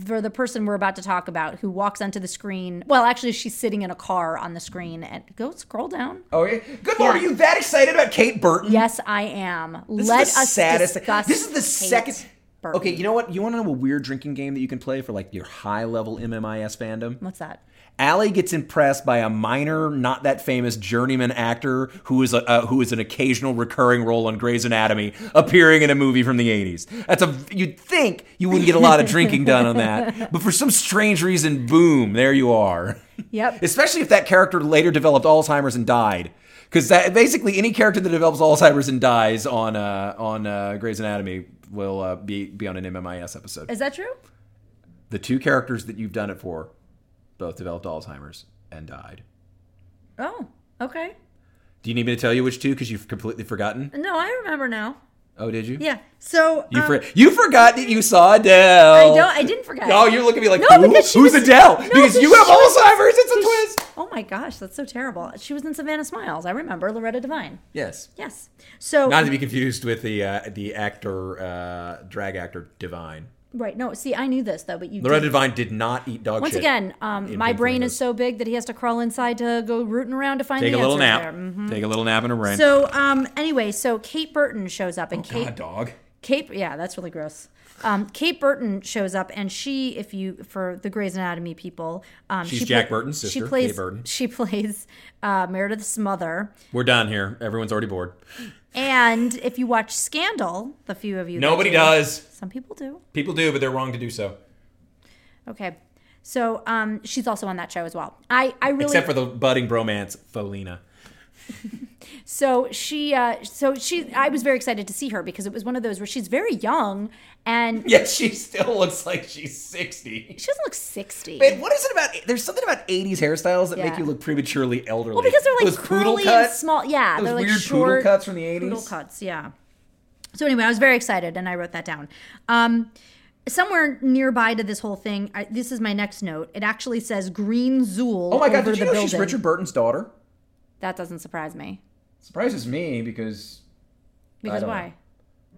[SPEAKER 2] for the person we're about to talk about who walks onto the screen. Well, actually, she's sitting in a car on the screen and go scroll down.
[SPEAKER 3] Oh, yeah. Good lord, are you that excited about Kate Burton?
[SPEAKER 2] Yes, I am.
[SPEAKER 3] This
[SPEAKER 2] Let
[SPEAKER 3] is the
[SPEAKER 2] us
[SPEAKER 3] saddest thing.
[SPEAKER 2] discuss.
[SPEAKER 3] This is the
[SPEAKER 2] Kate
[SPEAKER 3] second.
[SPEAKER 2] Burton.
[SPEAKER 3] Okay, you know what? You want to know a weird drinking game that you can play for like your high level MMIS fandom?
[SPEAKER 2] What's that?
[SPEAKER 3] Allie gets impressed by a minor, not that famous journeyman actor who is a, uh, who is an occasional recurring role on Grey's Anatomy, appearing in a movie from the '80s. That's a you'd think you wouldn't get a lot of drinking done on that, but for some strange reason, boom, there you are.
[SPEAKER 2] Yep.
[SPEAKER 3] Especially if that character later developed Alzheimer's and died, because that basically any character that develops Alzheimer's and dies on uh, on uh, Grey's Anatomy will uh, be be on an MMIS episode
[SPEAKER 2] Is that true?
[SPEAKER 3] the two characters that you've done it for both developed Alzheimer's and died.
[SPEAKER 2] Oh, okay.
[SPEAKER 3] Do you need me to tell you which two? Because you've completely forgotten.
[SPEAKER 2] No, I remember now.
[SPEAKER 3] Oh, did you?
[SPEAKER 6] Yeah. So
[SPEAKER 3] You,
[SPEAKER 6] um,
[SPEAKER 3] for- you forgot that you saw Adele.
[SPEAKER 2] I don't. I didn't forget.
[SPEAKER 3] Oh, you're looking at me like,
[SPEAKER 2] No,
[SPEAKER 3] Who?
[SPEAKER 2] because
[SPEAKER 3] who's
[SPEAKER 2] she was-
[SPEAKER 3] Adele?
[SPEAKER 2] No,
[SPEAKER 3] because
[SPEAKER 2] because
[SPEAKER 3] you have
[SPEAKER 2] she was-
[SPEAKER 3] Alzheimer's.
[SPEAKER 2] Because-
[SPEAKER 3] It's a twist.
[SPEAKER 2] Oh my gosh, that's so terrible. She was in Savannah Smiles. I remember Loretta Devine.
[SPEAKER 3] Yes.
[SPEAKER 2] Yes. So
[SPEAKER 3] Not to be confused with the uh, the actor, uh, drag actor Divine.
[SPEAKER 2] right. No. See, I knew this though, but you.
[SPEAKER 3] Loretta
[SPEAKER 2] didn't.
[SPEAKER 3] Divine did not eat dog
[SPEAKER 2] Once
[SPEAKER 3] shit.
[SPEAKER 2] again, um,
[SPEAKER 3] in
[SPEAKER 2] my
[SPEAKER 3] Pink
[SPEAKER 2] brain
[SPEAKER 3] Flamingos.
[SPEAKER 2] is so big that he has to crawl inside to go rooting around to find
[SPEAKER 3] take
[SPEAKER 2] the
[SPEAKER 3] a little
[SPEAKER 2] answers
[SPEAKER 3] nap.
[SPEAKER 2] there. Mhm.
[SPEAKER 3] Take a little nap in her brain.
[SPEAKER 2] So um, anyway, so Kate Burton shows up, and Kate
[SPEAKER 3] Oh, God, dog.
[SPEAKER 2] Kate, yeah, that's really gross. Um, Kate Burton shows up, and she, if you for the Grey's Anatomy people, um,
[SPEAKER 3] She's
[SPEAKER 2] she
[SPEAKER 3] Jack Burton's sister,
[SPEAKER 2] She
[SPEAKER 3] Kate
[SPEAKER 2] plays
[SPEAKER 3] Burton.
[SPEAKER 2] She plays uh, Meredith's mother.
[SPEAKER 3] We're done here. Everyone's already bored.
[SPEAKER 2] And if you watch Scandal, the few of you, that
[SPEAKER 3] Nobody
[SPEAKER 2] do,
[SPEAKER 3] does.
[SPEAKER 2] Some people do.
[SPEAKER 3] People do, but they're wrong to do so.
[SPEAKER 2] Okay, so um, she's also on that show as well. I I really
[SPEAKER 3] Except for the budding bromance, Folina.
[SPEAKER 2] So she, uh, so she, I was very excited to see her because it was one of those where she's very young and
[SPEAKER 3] Yet she still looks like she's 60.
[SPEAKER 2] she doesn't look sixty.
[SPEAKER 3] And what is it about? There's something about 80s hairstyles that
[SPEAKER 2] Yeah.
[SPEAKER 3] make you look prematurely elderly.
[SPEAKER 2] well, because they're like
[SPEAKER 3] Those poodle
[SPEAKER 2] curly and
[SPEAKER 3] cuts.
[SPEAKER 2] small. Yeah,
[SPEAKER 3] Those
[SPEAKER 2] they're like
[SPEAKER 3] weird
[SPEAKER 2] short
[SPEAKER 3] poodle cuts from the 80s.
[SPEAKER 2] poodle cuts. Yeah. So anyway, I was very excited and I wrote that down. Um, somewhere nearby to this whole thing, I, this is my next note. It actually says Green Zool.
[SPEAKER 3] Oh my god,
[SPEAKER 2] over
[SPEAKER 3] did you
[SPEAKER 2] the
[SPEAKER 3] know
[SPEAKER 2] building.
[SPEAKER 3] she's Richard Burton's daughter?
[SPEAKER 2] That doesn't surprise me
[SPEAKER 3] Surprises me because
[SPEAKER 2] because
[SPEAKER 3] don't
[SPEAKER 2] why?
[SPEAKER 3] know.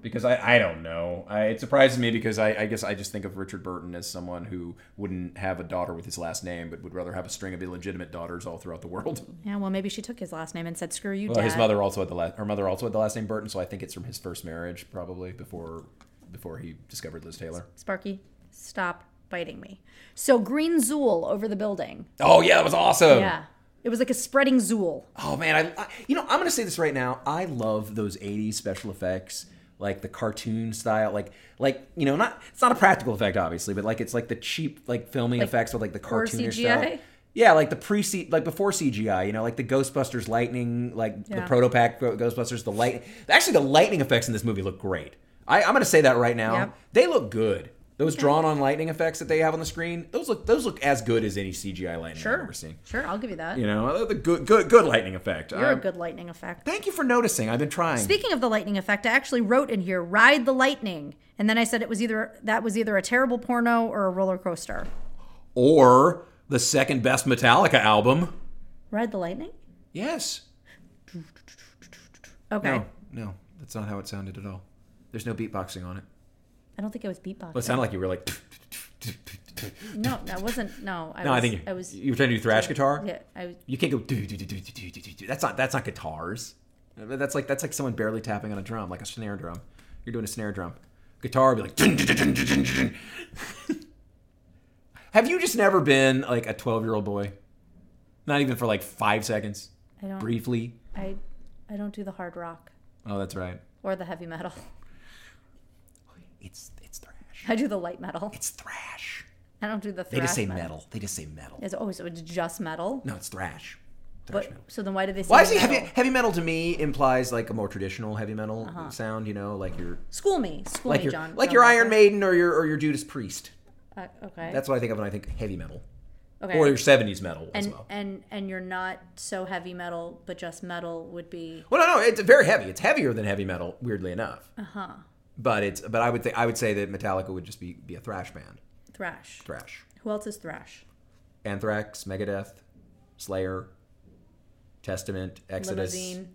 [SPEAKER 3] because I, I don't know. I, it surprises me because I, I guess I just think of Richard Burton as someone who wouldn't have a daughter with his last name, but would rather have a string of illegitimate daughters all throughout the world.
[SPEAKER 2] Yeah, well, maybe she took his last name and said, "Screw you,
[SPEAKER 3] Well,
[SPEAKER 2] Dad."
[SPEAKER 3] his mother also had the last. Her mother also had the last name Burton, so I think it's from his first marriage, probably before before he discovered Liz Taylor.
[SPEAKER 2] Sparky, stop biting me. So green zool over the building.
[SPEAKER 3] Oh yeah, that was awesome.
[SPEAKER 2] Yeah. It was like a spreading zool.
[SPEAKER 3] Oh man, I, I you know I'm gonna say this right now. I love those '80s special effects, like the cartoon style, like like you know not it's not a practical effect obviously, but like it's like the cheap like filming effects with like the
[SPEAKER 2] poor
[SPEAKER 3] cartoonish
[SPEAKER 2] CGI?
[SPEAKER 3] style. Yeah, like the pre like before CGI, you know, like the Ghostbusters lightning, like the
[SPEAKER 2] Yeah.
[SPEAKER 3] proto pack Ghostbusters, the light. Actually, the lightning effects in this movie look great. I, I'm gonna say that right now.
[SPEAKER 2] Yep.
[SPEAKER 3] They look good. Those drawn on lightning effects that they have on the screen, those look those look as good as any CGI lightning I've ever seen.
[SPEAKER 2] Sure, I'll give you that.
[SPEAKER 3] You know, uh, the good good good lightning effect.
[SPEAKER 2] You're a
[SPEAKER 3] Um,
[SPEAKER 2] good lightning effect.
[SPEAKER 3] Thank you for noticing. I've been trying.
[SPEAKER 2] Speaking of the lightning effect, I actually wrote in here, ride the lightning. And then I said it was either that was either a terrible porno or a roller coaster.
[SPEAKER 3] or the second best Metallica album.
[SPEAKER 2] Ride the lightning?
[SPEAKER 3] Yes.
[SPEAKER 2] Okay.
[SPEAKER 3] no, that's not how it sounded at all. There's no beatboxing on it.
[SPEAKER 2] I don't think it was beatbox.
[SPEAKER 3] Well, it sounded like you were like.
[SPEAKER 2] No, that wasn't. No, I
[SPEAKER 3] No,
[SPEAKER 2] was,
[SPEAKER 3] I think
[SPEAKER 2] I was.
[SPEAKER 3] you were trying to do thrash guitar.
[SPEAKER 2] Yeah, I was.
[SPEAKER 3] You can't go do do do do do do do do. That's not that's not guitars. That's like that's like someone barely tapping on a drum, like a snare drum. You're doing a snare drum. Guitar would be like. dun, dun, dun, dun, dun, dun, dun. Have you just never been like a 12 year old boy? Not even for like five seconds.
[SPEAKER 2] I don't.
[SPEAKER 3] Briefly.
[SPEAKER 2] I, I don't do the hard rock
[SPEAKER 3] Oh, that's right.
[SPEAKER 2] or the heavy metal.
[SPEAKER 3] It's it's thrash.
[SPEAKER 2] I do the light metal.
[SPEAKER 3] It's thrash.
[SPEAKER 2] I don't do the.
[SPEAKER 3] They
[SPEAKER 2] thrash
[SPEAKER 3] just say metal. They just say metal.
[SPEAKER 2] It's oh, so it's just metal.
[SPEAKER 3] No, it's thrash. Thrash
[SPEAKER 2] But
[SPEAKER 3] metal.
[SPEAKER 2] so then why do they say
[SPEAKER 3] Well, actually,
[SPEAKER 2] metal?
[SPEAKER 3] heavy, heavy metal to me implies like a more traditional heavy metal sound. You know, like your
[SPEAKER 2] School me, school
[SPEAKER 3] like
[SPEAKER 2] me,
[SPEAKER 3] your
[SPEAKER 2] John.
[SPEAKER 3] like
[SPEAKER 2] John
[SPEAKER 3] your
[SPEAKER 2] Walker.
[SPEAKER 3] Iron Maiden or your or your Judas Priest.
[SPEAKER 2] Uh, okay.
[SPEAKER 3] That's what I think of when I think heavy metal
[SPEAKER 2] okay.
[SPEAKER 3] or your '70s metal as
[SPEAKER 2] and
[SPEAKER 3] well.
[SPEAKER 2] and and you're not so heavy metal, but just metal would be
[SPEAKER 3] Well, no, no, it's very heavy. It's heavier than heavy metal, weirdly enough. Uh
[SPEAKER 2] uh-huh,
[SPEAKER 3] huh. But it's but I would think I would say that Metallica would just be be a thrash band,
[SPEAKER 2] thrash.
[SPEAKER 3] thrash,
[SPEAKER 2] Who else is thrash?
[SPEAKER 3] Anthrax, Megadeth, Slayer, Testament, Exodus.
[SPEAKER 2] Limousine,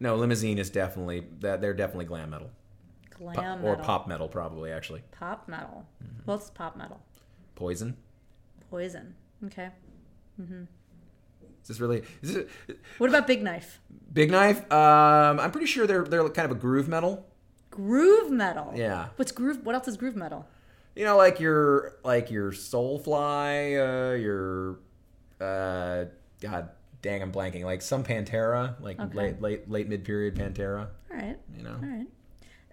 [SPEAKER 3] No, Limousine is definitely that they're definitely glam metal
[SPEAKER 2] glam
[SPEAKER 3] Pop- Mm-hmm.
[SPEAKER 2] metal,
[SPEAKER 3] or pop metal probably actually.
[SPEAKER 2] pop metal. Who else is pop metal?
[SPEAKER 3] Poison.
[SPEAKER 2] Poison. Okay.
[SPEAKER 3] Is this really? Is this,
[SPEAKER 2] What about Big Knife?
[SPEAKER 3] Big Knife. Um, I'm pretty sure they're they're kind of a groove metal.
[SPEAKER 2] Groove metal.
[SPEAKER 3] Yeah.
[SPEAKER 2] What's groove? What else is groove metal?
[SPEAKER 3] You know, like your like your Soulfly, uh, your uh, God dang, I'm blanking. Like some Pantera, like late late late mid period Pantera.
[SPEAKER 2] All right.
[SPEAKER 3] You know,
[SPEAKER 2] All right.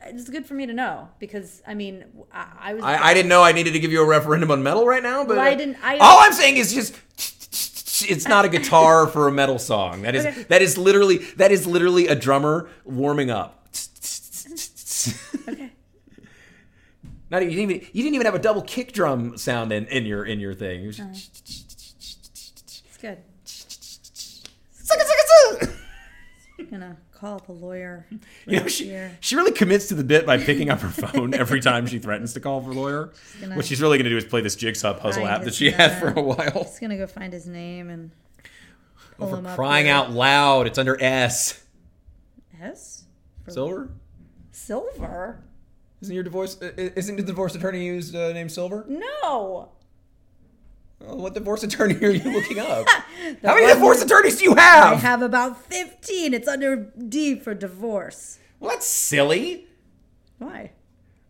[SPEAKER 2] It's good for me to know because I mean I, I was
[SPEAKER 3] I, I didn't know I needed to give you a referendum on metal right now, but
[SPEAKER 2] Well, I didn't- I-
[SPEAKER 3] all I'm saying is just. It's not a guitar for a metal song. That is
[SPEAKER 2] Okay.
[SPEAKER 3] that is literally that is literally a drummer warming up.
[SPEAKER 2] okay.
[SPEAKER 3] Not even, you didn't even you didn't even have a double kick drum sound in, in your in your thing. It was
[SPEAKER 2] It's good. I'm gonna call up a lawyer.
[SPEAKER 3] You know, she, she really commits to the bit by picking up her phone every time she threatens to call for a lawyer.
[SPEAKER 2] gonna-
[SPEAKER 7] What she's really going to do is play this jigsaw puzzle
[SPEAKER 2] Right,
[SPEAKER 7] app that
[SPEAKER 2] it's
[SPEAKER 7] she had
[SPEAKER 2] not-
[SPEAKER 7] for a while.
[SPEAKER 2] Just gonna go find his name and pull
[SPEAKER 3] For
[SPEAKER 2] him up.
[SPEAKER 3] crying
[SPEAKER 2] here.
[SPEAKER 3] out loud, it's under S.
[SPEAKER 2] S
[SPEAKER 3] Silver?
[SPEAKER 2] silver.
[SPEAKER 3] Isn't your divorce? uh, Isn't the divorce attorney used uh, name Silver?
[SPEAKER 2] No.
[SPEAKER 3] Oh, what divorce attorney are you looking up? How many divorce attorneys do you have?
[SPEAKER 2] I have about fifteen. It's under D for divorce.
[SPEAKER 3] Well, that's silly.
[SPEAKER 2] Why?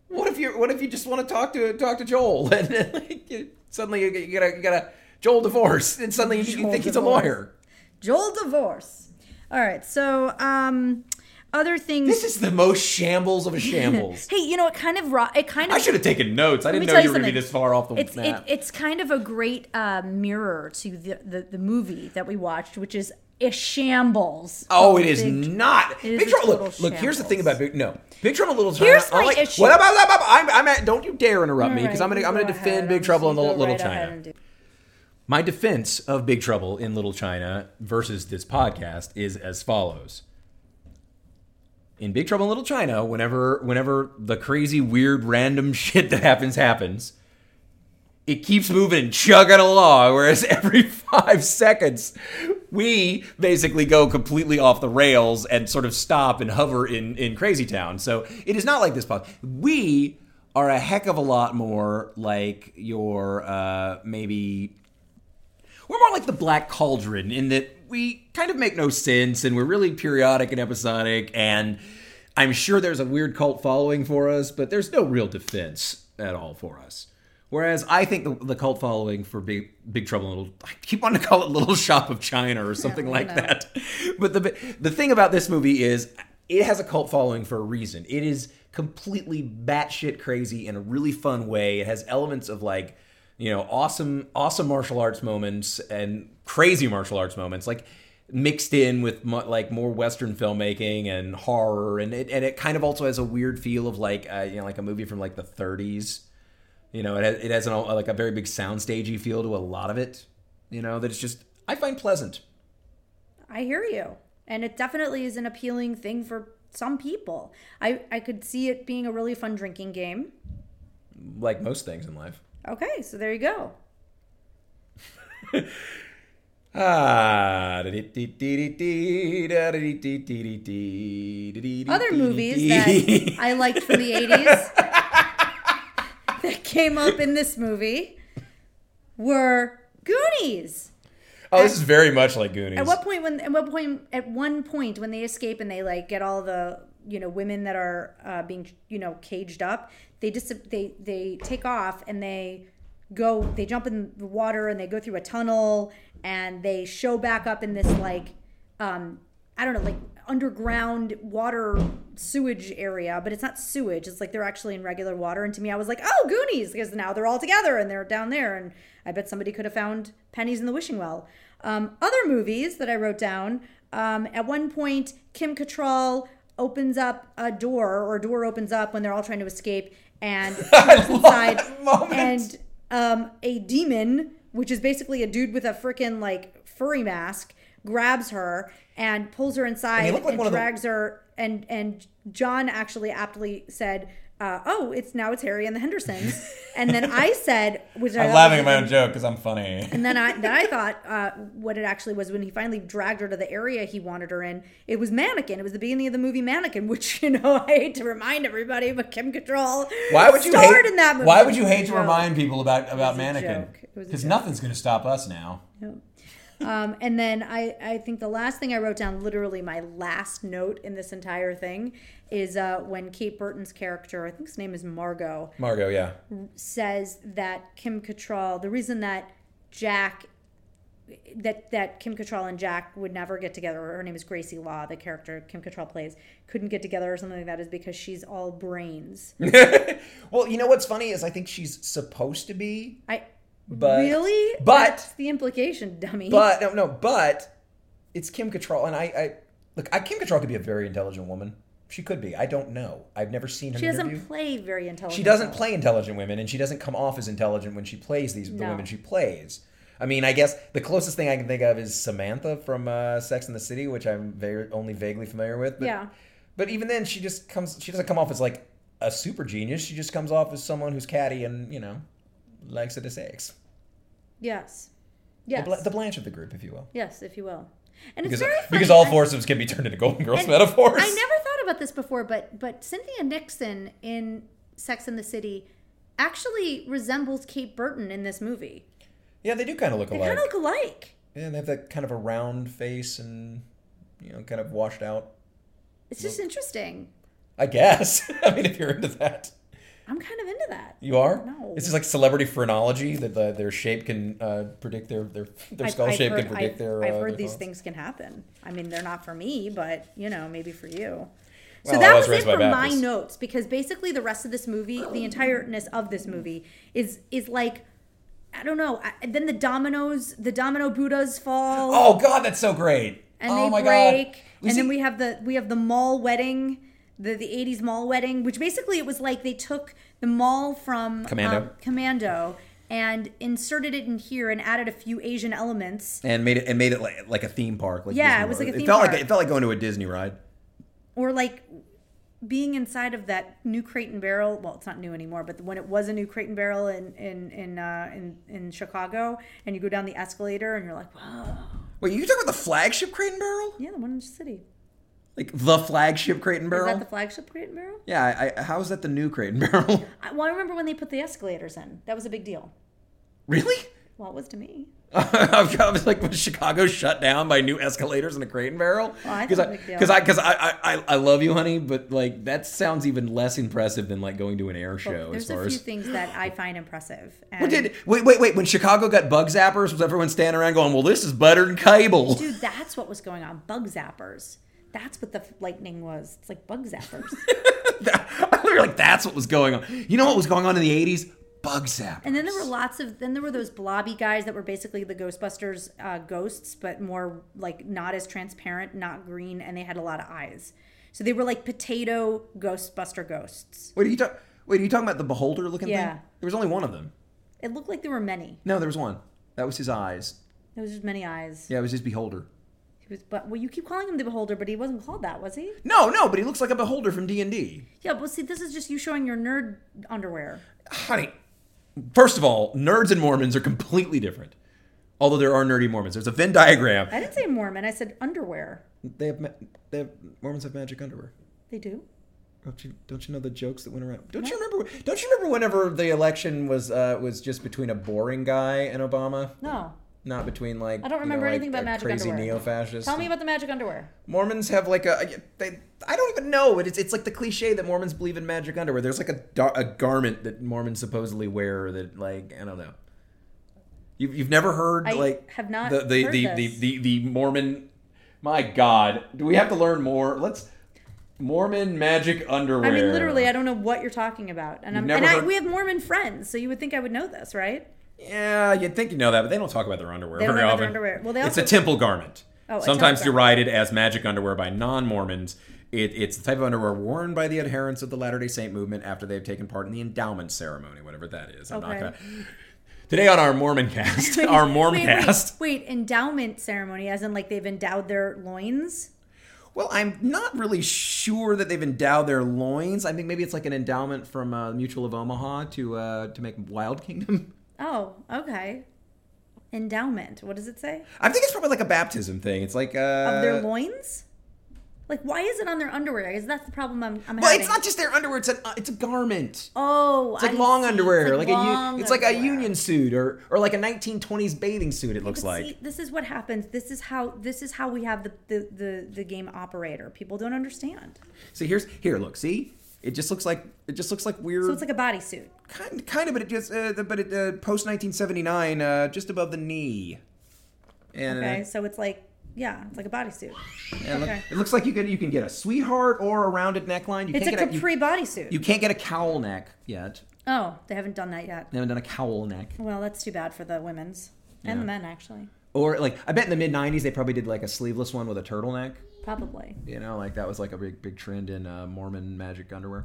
[SPEAKER 3] What if you What if you just want to talk to talk to Joel and then, like, you- suddenly you, you gotta you gotta Joel divorce and suddenly you, you
[SPEAKER 2] Joel
[SPEAKER 3] think he's a
[SPEAKER 2] divorce.
[SPEAKER 3] lawyer.
[SPEAKER 2] Joel divorce. All right. So um, other things.
[SPEAKER 3] This is the most shambles of a shambles.
[SPEAKER 2] hey, you know it kind of ro- it kind of
[SPEAKER 3] I should have taken notes. I
[SPEAKER 2] Let me
[SPEAKER 3] didn't
[SPEAKER 2] tell
[SPEAKER 3] know
[SPEAKER 2] you
[SPEAKER 3] you were gonna be
[SPEAKER 2] something.
[SPEAKER 3] this far off the
[SPEAKER 2] it's it,
[SPEAKER 3] map.
[SPEAKER 2] it's kind of a great uh, mirror to the, the the movie that we watched, which is a shambles.
[SPEAKER 3] Oh, it is
[SPEAKER 2] Big-
[SPEAKER 3] not.
[SPEAKER 2] it is
[SPEAKER 3] Big
[SPEAKER 2] a
[SPEAKER 3] Trouble. Look,
[SPEAKER 2] total
[SPEAKER 3] look. Here's the
[SPEAKER 2] shambles.
[SPEAKER 3] thing about Big. No, Big Trouble in Little China.
[SPEAKER 2] Here's
[SPEAKER 3] I'm
[SPEAKER 2] my
[SPEAKER 3] like,
[SPEAKER 2] issue.
[SPEAKER 3] What about, about- I'm, I'm at, don't you dare interrupt me
[SPEAKER 2] All right,
[SPEAKER 3] because I'm gonna
[SPEAKER 2] you
[SPEAKER 3] I'm gonna
[SPEAKER 2] go
[SPEAKER 3] defend
[SPEAKER 2] ahead.
[SPEAKER 3] Big
[SPEAKER 2] I'm
[SPEAKER 3] Trouble in
[SPEAKER 2] just
[SPEAKER 3] Little,
[SPEAKER 2] go
[SPEAKER 3] Little
[SPEAKER 2] right ahead
[SPEAKER 3] China.
[SPEAKER 2] and do-
[SPEAKER 3] My defense of Big Trouble in Little China versus this podcast is as follows. In Big Trouble in Little China, whenever whenever the crazy, weird, random shit that happens happens, it keeps moving and chugging along, whereas every five seconds we basically go completely off the rails and sort of stop and hover in, in Crazy Town. So it is not like this podcast. We are a heck of a lot more like your uh, maybe we're more like the Black Cauldron in that we kind of make no sense and we're really periodic and episodic. And I'm sure there's a weird cult following for us, but there's no real defense at all for us. Whereas I think the, the cult following for Big Big Trouble in Little I keep wanting to call it Little Shop of China or something like that. But the the thing about this movie is it has a cult following for a reason. It is completely batshit crazy in a really fun way. It has elements of like you know awesome awesome martial arts moments and crazy martial arts moments like mixed in with mo- like more western filmmaking and horror and it and it kind of also has a weird feel of like uh, you know like a movie from like the 30s you know it has, it has an, like a very big soundstagey feel to a lot of it you know that it's just i find pleasant
[SPEAKER 2] I hear you. And it definitely is an appealing thing for some people. I, I could see it being a really fun drinking game.
[SPEAKER 3] like most things in life
[SPEAKER 2] Okay, so there you go.
[SPEAKER 3] Ah, other
[SPEAKER 2] Other movies
[SPEAKER 3] movies
[SPEAKER 2] that I liked from the 80s that came up in this movie were Goonies.
[SPEAKER 3] Oh, this is very much like Goonies.
[SPEAKER 2] At what point when at what point at one point when they escape and they like get all the you know women that are uh, being you know caged up, they just they they take off and they go they jump in the water and they go through a tunnel and they show back up in this like um I don't know like underground water sewage area but it's not sewage it's like they're actually in regular water and to me I was like oh goonies because now they're all together and they're down there and I bet somebody could have found pennies in the wishing well um, other movies that I wrote down. Um, at one point, Kim Cattrall opens up a door, or a door opens up when they're all trying to escape, and she looks inside, and um, a demon, which is basically a dude with a freaking like furry mask, grabs her and pulls her inside and,
[SPEAKER 3] looked like one of the-
[SPEAKER 2] drags her. And and John actually aptly said. Uh, oh, it's now it's Harry and the Hendersons, and then I said, which I
[SPEAKER 3] I'm
[SPEAKER 2] thought
[SPEAKER 3] laughing
[SPEAKER 2] was
[SPEAKER 3] at my own joke because I'm funny.
[SPEAKER 2] and then I then I thought uh, what it actually was when he finally dragged her to the area he wanted her in. It was Mannequin. It was the beginning of the movie Mannequin, which you know I hate to remind everybody, but Kim Cattrall
[SPEAKER 3] Why would you
[SPEAKER 2] starred
[SPEAKER 3] hate?
[SPEAKER 2] in that movie.
[SPEAKER 3] why would you hate to
[SPEAKER 2] Joke.
[SPEAKER 3] remind people about about
[SPEAKER 2] a
[SPEAKER 3] mannequin?
[SPEAKER 2] joke. It was a
[SPEAKER 3] Because
[SPEAKER 2] joke.
[SPEAKER 3] nothing's going to stop us now.
[SPEAKER 2] Um, and then I, I think the last thing I wrote down, literally my last note in this entire thing, is uh, when Kate Burton's character, I think his name is Margot,
[SPEAKER 3] Margot, yeah,
[SPEAKER 2] says that Kim Cattrall, the reason that Jack, that that Kim Cattrall and Jack would never get together, or her name is Gracie Law, the character Kim Cattrall plays, couldn't get together or something like that, is because she's all brains.
[SPEAKER 3] Well, you know what's funny is I think she's supposed to be,
[SPEAKER 2] I
[SPEAKER 3] but
[SPEAKER 2] really,
[SPEAKER 3] but-
[SPEAKER 2] that's the implication, dummy.
[SPEAKER 3] but no, no, but it's Kim Cattrall, and I, I look, I, Kim Cattrall could be a very intelligent woman. She could be. I don't know. I've never seen her.
[SPEAKER 2] she
[SPEAKER 3] interview.
[SPEAKER 2] doesn't play very intelligent.
[SPEAKER 3] She doesn't
[SPEAKER 2] though.
[SPEAKER 3] play intelligent women, and she doesn't come off as intelligent when she plays these the
[SPEAKER 2] No.
[SPEAKER 3] women she plays. I mean, I guess the closest thing I can think of is Samantha from uh, Sex and the City, which I'm very, only vaguely familiar with. But,
[SPEAKER 2] Yeah.
[SPEAKER 3] But even then, she just comes. She doesn't come off as like a super genius. She just comes off as someone who's catty and you know likes it as sex.
[SPEAKER 2] Yes,
[SPEAKER 3] The,
[SPEAKER 2] yes,
[SPEAKER 3] Bla- the Blanche of the group, if you will.
[SPEAKER 2] yes, if you will. And
[SPEAKER 3] Because,
[SPEAKER 2] it's very funny.
[SPEAKER 3] because all
[SPEAKER 2] I-
[SPEAKER 3] foursomes can be turned into Golden Girls
[SPEAKER 2] And
[SPEAKER 3] metaphors.
[SPEAKER 2] I never thought about this before, but but Cynthia Nixon in Sex and the City actually resembles Kate Burton in this movie.
[SPEAKER 3] Yeah, they do kind of look
[SPEAKER 2] They
[SPEAKER 3] alike.
[SPEAKER 2] kind of look alike.
[SPEAKER 3] Yeah, they have that kind of a round face and you know, kind of washed out
[SPEAKER 2] It's just interesting.
[SPEAKER 3] I guess. I mean, if you're into that,
[SPEAKER 2] I'm kind of into that.
[SPEAKER 3] you are.
[SPEAKER 2] No.
[SPEAKER 3] This is like celebrity phrenology that the, their shape can uh, predict their their, their
[SPEAKER 2] I've-
[SPEAKER 3] skull
[SPEAKER 2] I've
[SPEAKER 3] shape
[SPEAKER 2] heard-
[SPEAKER 3] can predict
[SPEAKER 2] I've,
[SPEAKER 3] their.
[SPEAKER 2] I've
[SPEAKER 3] uh,
[SPEAKER 2] heard
[SPEAKER 3] their
[SPEAKER 2] these
[SPEAKER 3] thoughts.
[SPEAKER 2] things can happen. I mean, they're not for me, but you know, maybe for you.
[SPEAKER 3] Well,
[SPEAKER 2] so that
[SPEAKER 3] I
[SPEAKER 2] was,
[SPEAKER 3] was
[SPEAKER 2] it
[SPEAKER 3] raised by
[SPEAKER 2] for my
[SPEAKER 3] Baptists.
[SPEAKER 2] notes because basically the rest of this movie, the entireness of this movie, is is like I don't know. I, then the dominoes, the domino Buddhas fall.
[SPEAKER 3] Oh God, that's so great!
[SPEAKER 2] and
[SPEAKER 3] oh
[SPEAKER 2] they
[SPEAKER 3] my
[SPEAKER 2] break.
[SPEAKER 3] God.
[SPEAKER 2] And then we have the we have the mall wedding, the the eighties mall wedding, which basically it was like they took the mall from um,
[SPEAKER 3] Commando.
[SPEAKER 2] Commando and inserted it in here and added a few Asian elements
[SPEAKER 3] and made it and made it like like a theme park. Like
[SPEAKER 2] Yeah,
[SPEAKER 3] Disney
[SPEAKER 2] it was
[SPEAKER 3] World.
[SPEAKER 2] like a theme
[SPEAKER 3] it felt
[SPEAKER 2] park.
[SPEAKER 3] Like, it felt like going to a Disney ride.
[SPEAKER 2] or like being inside of that new crate and barrel well it's not new anymore but when it was a new crate and barrel in in in uh, in, in chicago and you go down the escalator and you're like wow
[SPEAKER 3] Wait, you talking about the flagship Crate and Barrel?
[SPEAKER 2] yeah the one in the city
[SPEAKER 3] Like the flagship Crate and
[SPEAKER 2] is
[SPEAKER 3] Barrel?
[SPEAKER 2] that the flagship crate and barrel
[SPEAKER 3] yeah, I, I, how is that the new Crate and Barrel?
[SPEAKER 2] I, well i remember when they put the escalators in that was a big deal
[SPEAKER 3] really?
[SPEAKER 2] well it was to me
[SPEAKER 3] I was like, was Chicago shut down by new escalators and a crate and barrel?
[SPEAKER 2] Well, I
[SPEAKER 3] Because
[SPEAKER 2] think
[SPEAKER 3] I,
[SPEAKER 2] big deal.
[SPEAKER 3] because I, because I, I, I- I love you, honey, but like that sounds even less impressive than like going to an air show.
[SPEAKER 2] There's
[SPEAKER 3] as far
[SPEAKER 2] a few
[SPEAKER 3] as
[SPEAKER 2] things that I find impressive. And
[SPEAKER 3] What did wait, wait, wait? When Chicago got bug zappers, was everyone standing around going, "Well, this is better than cable"?
[SPEAKER 2] dude? That's what was going on. Bug zappers. That's what the f- lightning was. It's like bug zappers.
[SPEAKER 3] I were like, that's what was going on. You know what was going on in the '80s? Bug zappers.
[SPEAKER 2] and then there were lots of. Then there were those blobby guys that were basically the Ghostbusters uh, ghosts, but more like not as transparent, not green, and they had a lot of eyes. So they were like potato Ghostbuster ghosts.
[SPEAKER 3] wait, are you talking? Wait, are you talking about the beholder looking
[SPEAKER 2] Yeah.
[SPEAKER 3] thing? There was only one of them.
[SPEAKER 2] It looked like there were many.
[SPEAKER 3] No, there was one. That was his eyes.
[SPEAKER 2] It was just many eyes.
[SPEAKER 3] Yeah, it was his beholder.
[SPEAKER 2] He was, but well, you keep calling him the Beholder, but he wasn't called that, was he?
[SPEAKER 3] No, no, but he looks like a beholder from D and D.
[SPEAKER 2] Yeah. Well, see, this is just you showing your nerd underwear.
[SPEAKER 3] honey, first of all, nerds and Mormons are completely different. Although there are nerdy Mormons, there's a Venn diagram.
[SPEAKER 2] I didn't say Mormon. I said underwear.
[SPEAKER 3] They have, ma- they have Mormons have magic underwear.
[SPEAKER 2] They do.
[SPEAKER 8] Don't you, don't you know the jokes that went around?
[SPEAKER 3] Don't you remember? Don't you remember whenever the election was uh, was just between a boring guy and Obama,
[SPEAKER 2] No.
[SPEAKER 3] not between like
[SPEAKER 2] I don't
[SPEAKER 3] you
[SPEAKER 2] remember
[SPEAKER 3] know, like,
[SPEAKER 2] anything about
[SPEAKER 3] a
[SPEAKER 2] magic
[SPEAKER 3] crazy
[SPEAKER 2] underwear.
[SPEAKER 3] neo-fascist.
[SPEAKER 2] Tell me about the magic underwear.
[SPEAKER 3] Mormons have like a they, I don't even know, but it's it's like the cliche that Mormons believe in magic underwear. There's like a dar- a garment that Mormons supposedly wear that like I don't know. You you've never heard
[SPEAKER 2] I
[SPEAKER 3] like
[SPEAKER 2] have not
[SPEAKER 3] the the
[SPEAKER 2] heard
[SPEAKER 3] the, the,
[SPEAKER 2] this.
[SPEAKER 3] the the Mormon. My God, do we have to learn more? Let's Mormon magic underwear.
[SPEAKER 2] I mean, literally, I don't know what you're talking about, and I'm,
[SPEAKER 3] never
[SPEAKER 2] and I,
[SPEAKER 3] heard-
[SPEAKER 2] we have Mormon friends, so you would think I would know this, right?
[SPEAKER 3] Yeah, you'd think you know that, but they don't talk about their underwear
[SPEAKER 2] They don't
[SPEAKER 3] very
[SPEAKER 2] talk about
[SPEAKER 3] often.
[SPEAKER 2] their underwear. Well, they
[SPEAKER 3] it's
[SPEAKER 2] also-
[SPEAKER 3] a temple garment,
[SPEAKER 2] Oh, a
[SPEAKER 3] sometimes
[SPEAKER 2] temple
[SPEAKER 3] derided as magic underwear by non-Mormons. It, it's the type of underwear worn by the adherents of the Latter Day Saint movement after they've taken part in the endowment ceremony, whatever that is. I'm
[SPEAKER 2] Okay.
[SPEAKER 3] not gonna. Today on our Mormon cast, our Mormon
[SPEAKER 2] Wait,
[SPEAKER 3] cast.
[SPEAKER 2] Wait, wait, endowment ceremony, as in like they've endowed their loins.
[SPEAKER 3] Well, I'm not really sure that they've endowed their loins. I think maybe it's like an endowment from uh, Mutual of Omaha to uh, to make Wild Kingdom.
[SPEAKER 2] Oh, okay. Endowment. What does it say?
[SPEAKER 3] I think it's probably like a baptism thing. It's like uh,
[SPEAKER 2] Of their loins? Like, why is it on their underwear? Is that the problem I'm, I'm
[SPEAKER 3] Well,
[SPEAKER 2] having?
[SPEAKER 3] it's not just their underwear. It's an uh, it's a garment.
[SPEAKER 2] Oh,
[SPEAKER 3] It's like long underwear, like, a u-
[SPEAKER 2] long
[SPEAKER 3] it's like a
[SPEAKER 2] underwear.
[SPEAKER 3] union suit or or like a 1920s bathing suit. It looks
[SPEAKER 2] But
[SPEAKER 3] like
[SPEAKER 2] See, this is what happens. This is how this is how we have the the, the, the game operator. People don't understand.
[SPEAKER 3] so. Here's here. Look, see, it just looks like it just looks like weird.
[SPEAKER 2] So it's like a bodysuit.
[SPEAKER 3] kind kind of, but it just uh, the- but it uh, post 1979, uh, just above the knee. And, uh,
[SPEAKER 2] Okay, so it's like yeah, it's like a bodysuit.
[SPEAKER 3] and look-
[SPEAKER 2] okay.
[SPEAKER 3] it looks like you can you can get a sweetheart or a rounded neckline. You
[SPEAKER 2] It's a
[SPEAKER 3] can't get
[SPEAKER 2] capri
[SPEAKER 3] you,
[SPEAKER 2] bodysuit.
[SPEAKER 3] you can't get a cowl neck yet.
[SPEAKER 2] oh, they haven't done that yet.
[SPEAKER 3] They haven't done a cowl neck.
[SPEAKER 2] Well, that's too bad for the women's and the men actually.
[SPEAKER 3] Or like I bet in the mid 90s they probably did like a sleeveless one with a turtleneck.
[SPEAKER 2] Probably.
[SPEAKER 3] You know, like that was like a big, big trend in uh, Mormon magic underwear.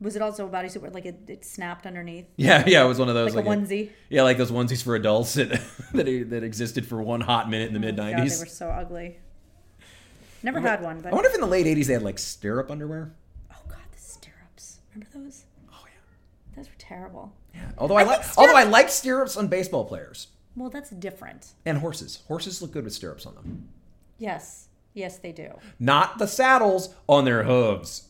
[SPEAKER 2] Was it also a bodysuit where like it, it snapped underneath?
[SPEAKER 3] Yeah, yeah, it was one of those
[SPEAKER 2] Like, a onesie.
[SPEAKER 3] yeah, like those onesies for adults that that, that existed for one hot minute in the mid
[SPEAKER 2] Oh God, they
[SPEAKER 3] nineties.
[SPEAKER 2] were so ugly. Never had one, but
[SPEAKER 3] I wonder if in the late eighties they had like stirrup underwear.
[SPEAKER 2] oh god, the stirrups. Remember those?
[SPEAKER 3] Oh yeah.
[SPEAKER 2] Those were terrible.
[SPEAKER 3] Although I, like,
[SPEAKER 2] think
[SPEAKER 3] although I
[SPEAKER 2] stirrup-
[SPEAKER 3] like stirrups on baseball players
[SPEAKER 2] Well, that's different.
[SPEAKER 3] and horses. Horses look good with stirrups on them,
[SPEAKER 2] Yes, yes, they do.
[SPEAKER 3] not the saddles on their hooves.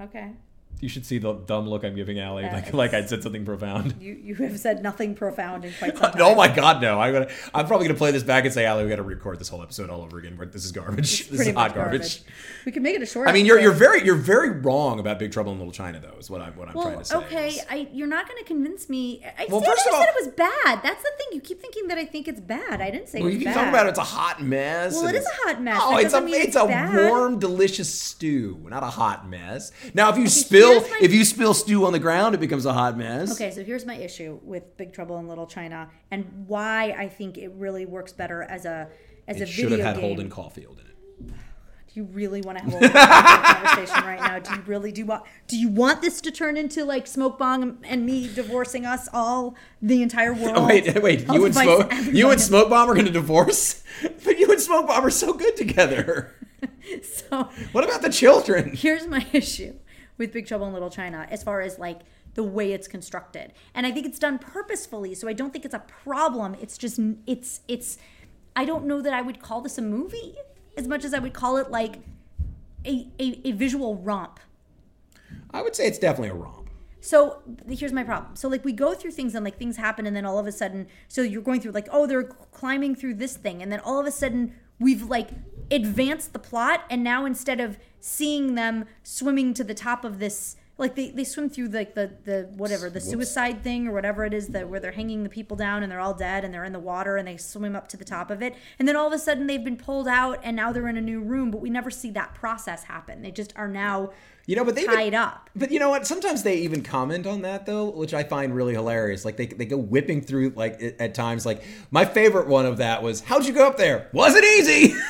[SPEAKER 2] Okay,
[SPEAKER 3] You should see the dumb look I'm giving Allie, like
[SPEAKER 2] it's-
[SPEAKER 3] like I said something profound.
[SPEAKER 2] you you have said nothing profound in quite some time.
[SPEAKER 3] Oh my God, no! I'm gonna, I'm probably gonna play this back and say, Allie, we got to record this whole episode all over again. This is garbage. this is
[SPEAKER 2] Pretty
[SPEAKER 3] hot
[SPEAKER 2] much
[SPEAKER 3] garbage.
[SPEAKER 2] We can make it a short.
[SPEAKER 3] I mean, you're you're
[SPEAKER 2] episode.
[SPEAKER 3] very you're very wrong about Big Trouble in Little China, though. Is what I'm what I'm trying
[SPEAKER 2] well.
[SPEAKER 3] to say.
[SPEAKER 2] Okay, I you're not going to convince me. I,
[SPEAKER 3] Well,
[SPEAKER 2] see,
[SPEAKER 3] first
[SPEAKER 2] I
[SPEAKER 3] of
[SPEAKER 2] never
[SPEAKER 3] all-
[SPEAKER 2] said it was bad. That's the thing. You keep thinking that I think it's bad. I didn't say
[SPEAKER 3] Well,
[SPEAKER 2] it's
[SPEAKER 3] you keep
[SPEAKER 2] bad.
[SPEAKER 3] talking about it's a hot mess.
[SPEAKER 2] Well, it
[SPEAKER 3] and
[SPEAKER 2] is
[SPEAKER 3] it's-
[SPEAKER 2] a hot mess.
[SPEAKER 3] Oh,
[SPEAKER 2] That
[SPEAKER 3] it's a
[SPEAKER 2] doesn't mean
[SPEAKER 3] it's
[SPEAKER 2] it's
[SPEAKER 3] a
[SPEAKER 2] bad.
[SPEAKER 3] warm, delicious stew, not a hot mess. Now, if you spill
[SPEAKER 2] here's my-
[SPEAKER 3] if you spill stew on the ground, it becomes a hot mess.
[SPEAKER 2] Okay, so here's my issue with Big Trouble in Little China and why I think it really works better as a as a
[SPEAKER 3] It should
[SPEAKER 2] video
[SPEAKER 3] have had
[SPEAKER 2] game.
[SPEAKER 3] Holden Caulfield in it.
[SPEAKER 2] Do you really want to have a conversation right now? Do you really do you want? Do you want this to turn into like Smoke Bomb and me divorcing us all, the entire world?
[SPEAKER 3] Oh, wait, wait!
[SPEAKER 2] I'll
[SPEAKER 3] You and
[SPEAKER 2] advise
[SPEAKER 3] Smoke, you
[SPEAKER 2] everyone.
[SPEAKER 3] and Smoke Bomb are going to divorce, but you and Smoke Bomb are so good together.
[SPEAKER 2] So
[SPEAKER 3] What about the children?
[SPEAKER 2] here's my issue with Big Trouble in Little China as far as like the way it's constructed. And I think it's done purposefully, so I don't think it's a problem. It's just it's it's I don't know that I would call this a movie as much as I would call it like a a, a visual romp.
[SPEAKER 3] I would say it's definitely a romp.
[SPEAKER 2] So here's my problem. So like we go through things and like things happen and then all of a sudden so you're going through like oh they're climbing through this thing and then all of a sudden we've like advanced the plot and now instead of seeing them swimming to the top of this like they, they swim through like the, the whatever the suicide thing or whatever it is that where they're hanging the people down and they're all dead and they're in the water and they swim up to the top of it and then all of a sudden they've been pulled out and now they're in a new room but we never see that process happen they just are now
[SPEAKER 3] You know, but they even-
[SPEAKER 2] tied up
[SPEAKER 3] But you know what? Sometimes they even comment on that though, which I find really hilarious. Like they, they go whipping through like at- at times. Like my favorite one of that was, "How'd you go up there? Wasn't easy."